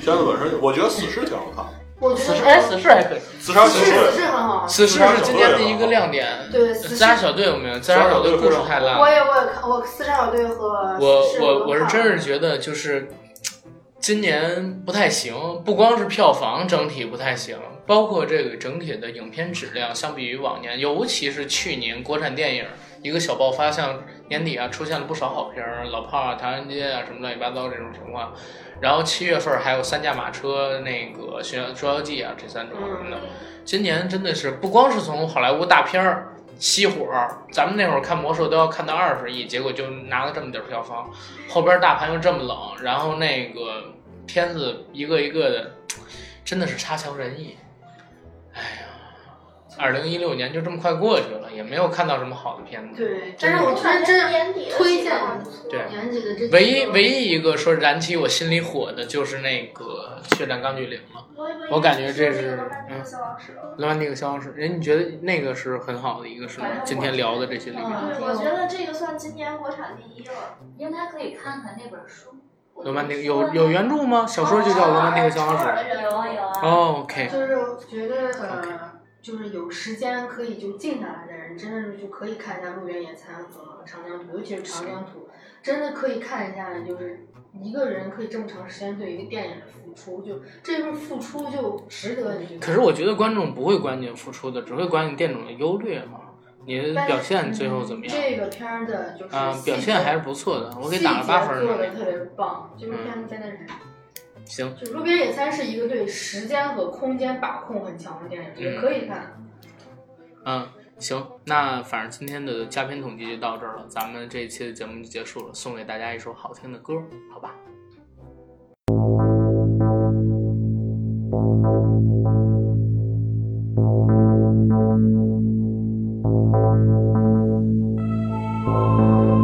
[SPEAKER 5] 片子本身，我觉得《死侍》挺好看的，
[SPEAKER 2] 我觉
[SPEAKER 1] 死
[SPEAKER 2] 得
[SPEAKER 1] 侍哎，死侍还可以，
[SPEAKER 5] 《自杀
[SPEAKER 2] 死
[SPEAKER 5] 小
[SPEAKER 2] 侍
[SPEAKER 5] 队
[SPEAKER 2] 死》侍很好，啊
[SPEAKER 1] 死侍是今年的一个亮点。
[SPEAKER 2] 对死
[SPEAKER 1] 自
[SPEAKER 2] 侍
[SPEAKER 1] 杀小队有没有？自杀小队故事太烂了
[SPEAKER 2] 我。也我也看我四杀小队和
[SPEAKER 1] 我
[SPEAKER 2] 死侍
[SPEAKER 1] 我
[SPEAKER 2] 都
[SPEAKER 1] 我是
[SPEAKER 2] 看
[SPEAKER 1] 真
[SPEAKER 2] 了
[SPEAKER 1] 是觉得就是今年不太行，不光是票房整体不太行，包括这个整体的影片质量，相比于往年，尤其是去年国产电影一个小爆发，像年底啊出现了不少好片儿，《老炮儿》啊、《唐人街》啊什么乱七八糟这种情况。然后七月份还有《三驾马车》、那个《寻捉妖记》啊，这三种什么的。今年真的是不光是从好莱坞大片儿熄火，咱们那会儿看魔兽都要看到二十亿，结果就拿了这么点儿票房，后边大盘又这么冷，然后那个片子一个一个的，真的是差强人意。哎呀，二零一六年就这么快过去了，也没有看到什么好的片子。
[SPEAKER 2] 对，但是
[SPEAKER 1] 真
[SPEAKER 2] 我
[SPEAKER 1] 的
[SPEAKER 2] 突然
[SPEAKER 4] 真
[SPEAKER 2] 真
[SPEAKER 4] 年底的
[SPEAKER 2] 推荐
[SPEAKER 4] 戏还不错。
[SPEAKER 1] 对
[SPEAKER 2] 年纪的这
[SPEAKER 1] 唯一唯一一个说燃起我心里火的就是那个《血战钢锯岭》了，
[SPEAKER 4] 我
[SPEAKER 1] 我感觉这
[SPEAKER 4] 是
[SPEAKER 1] 是嗯《罗曼蒂克消亡史》。哎，你觉得那个是很好的一个是吗？今天聊的这些里面，
[SPEAKER 3] 嗯
[SPEAKER 4] 对，我觉得这个算今年国产第一了。
[SPEAKER 3] 应该可以看看那本书。
[SPEAKER 1] 《罗曼蒂克》有有原著吗？小说就叫《罗曼蒂克消亡史》。
[SPEAKER 3] 有啊有啊。
[SPEAKER 1] 哦，OK，
[SPEAKER 2] 就是我觉得呃，就是有时间可以就静下来的人，真的是就可以看一下《路边野餐》和《长江图》，尤其是《长江图》，真的可以看一下，就是一个人可以这么长时间对一个电影的付出，就这份付出就值得你去。
[SPEAKER 1] 可是我觉得观众不会管你付出的，只会管你店主的优劣嘛。你的表现最后怎么样？
[SPEAKER 2] 嗯这个片儿的就是
[SPEAKER 1] 啊、
[SPEAKER 2] 细节
[SPEAKER 1] 表现还是不错的，我给打了
[SPEAKER 2] 细节
[SPEAKER 1] 八分
[SPEAKER 2] 做的
[SPEAKER 1] 儿嗯
[SPEAKER 2] 特别棒，这个片子真的是。
[SPEAKER 1] 呢。行，
[SPEAKER 2] 就《路边野餐》是一个对时间和空间把控很强的电影，也可以看。
[SPEAKER 1] 嗯，行，那反正今天的嘉宾统计就到这儿了，咱们这一期的节目就结束了，送给大家一首好听的歌，好吧？
[SPEAKER 6] Thank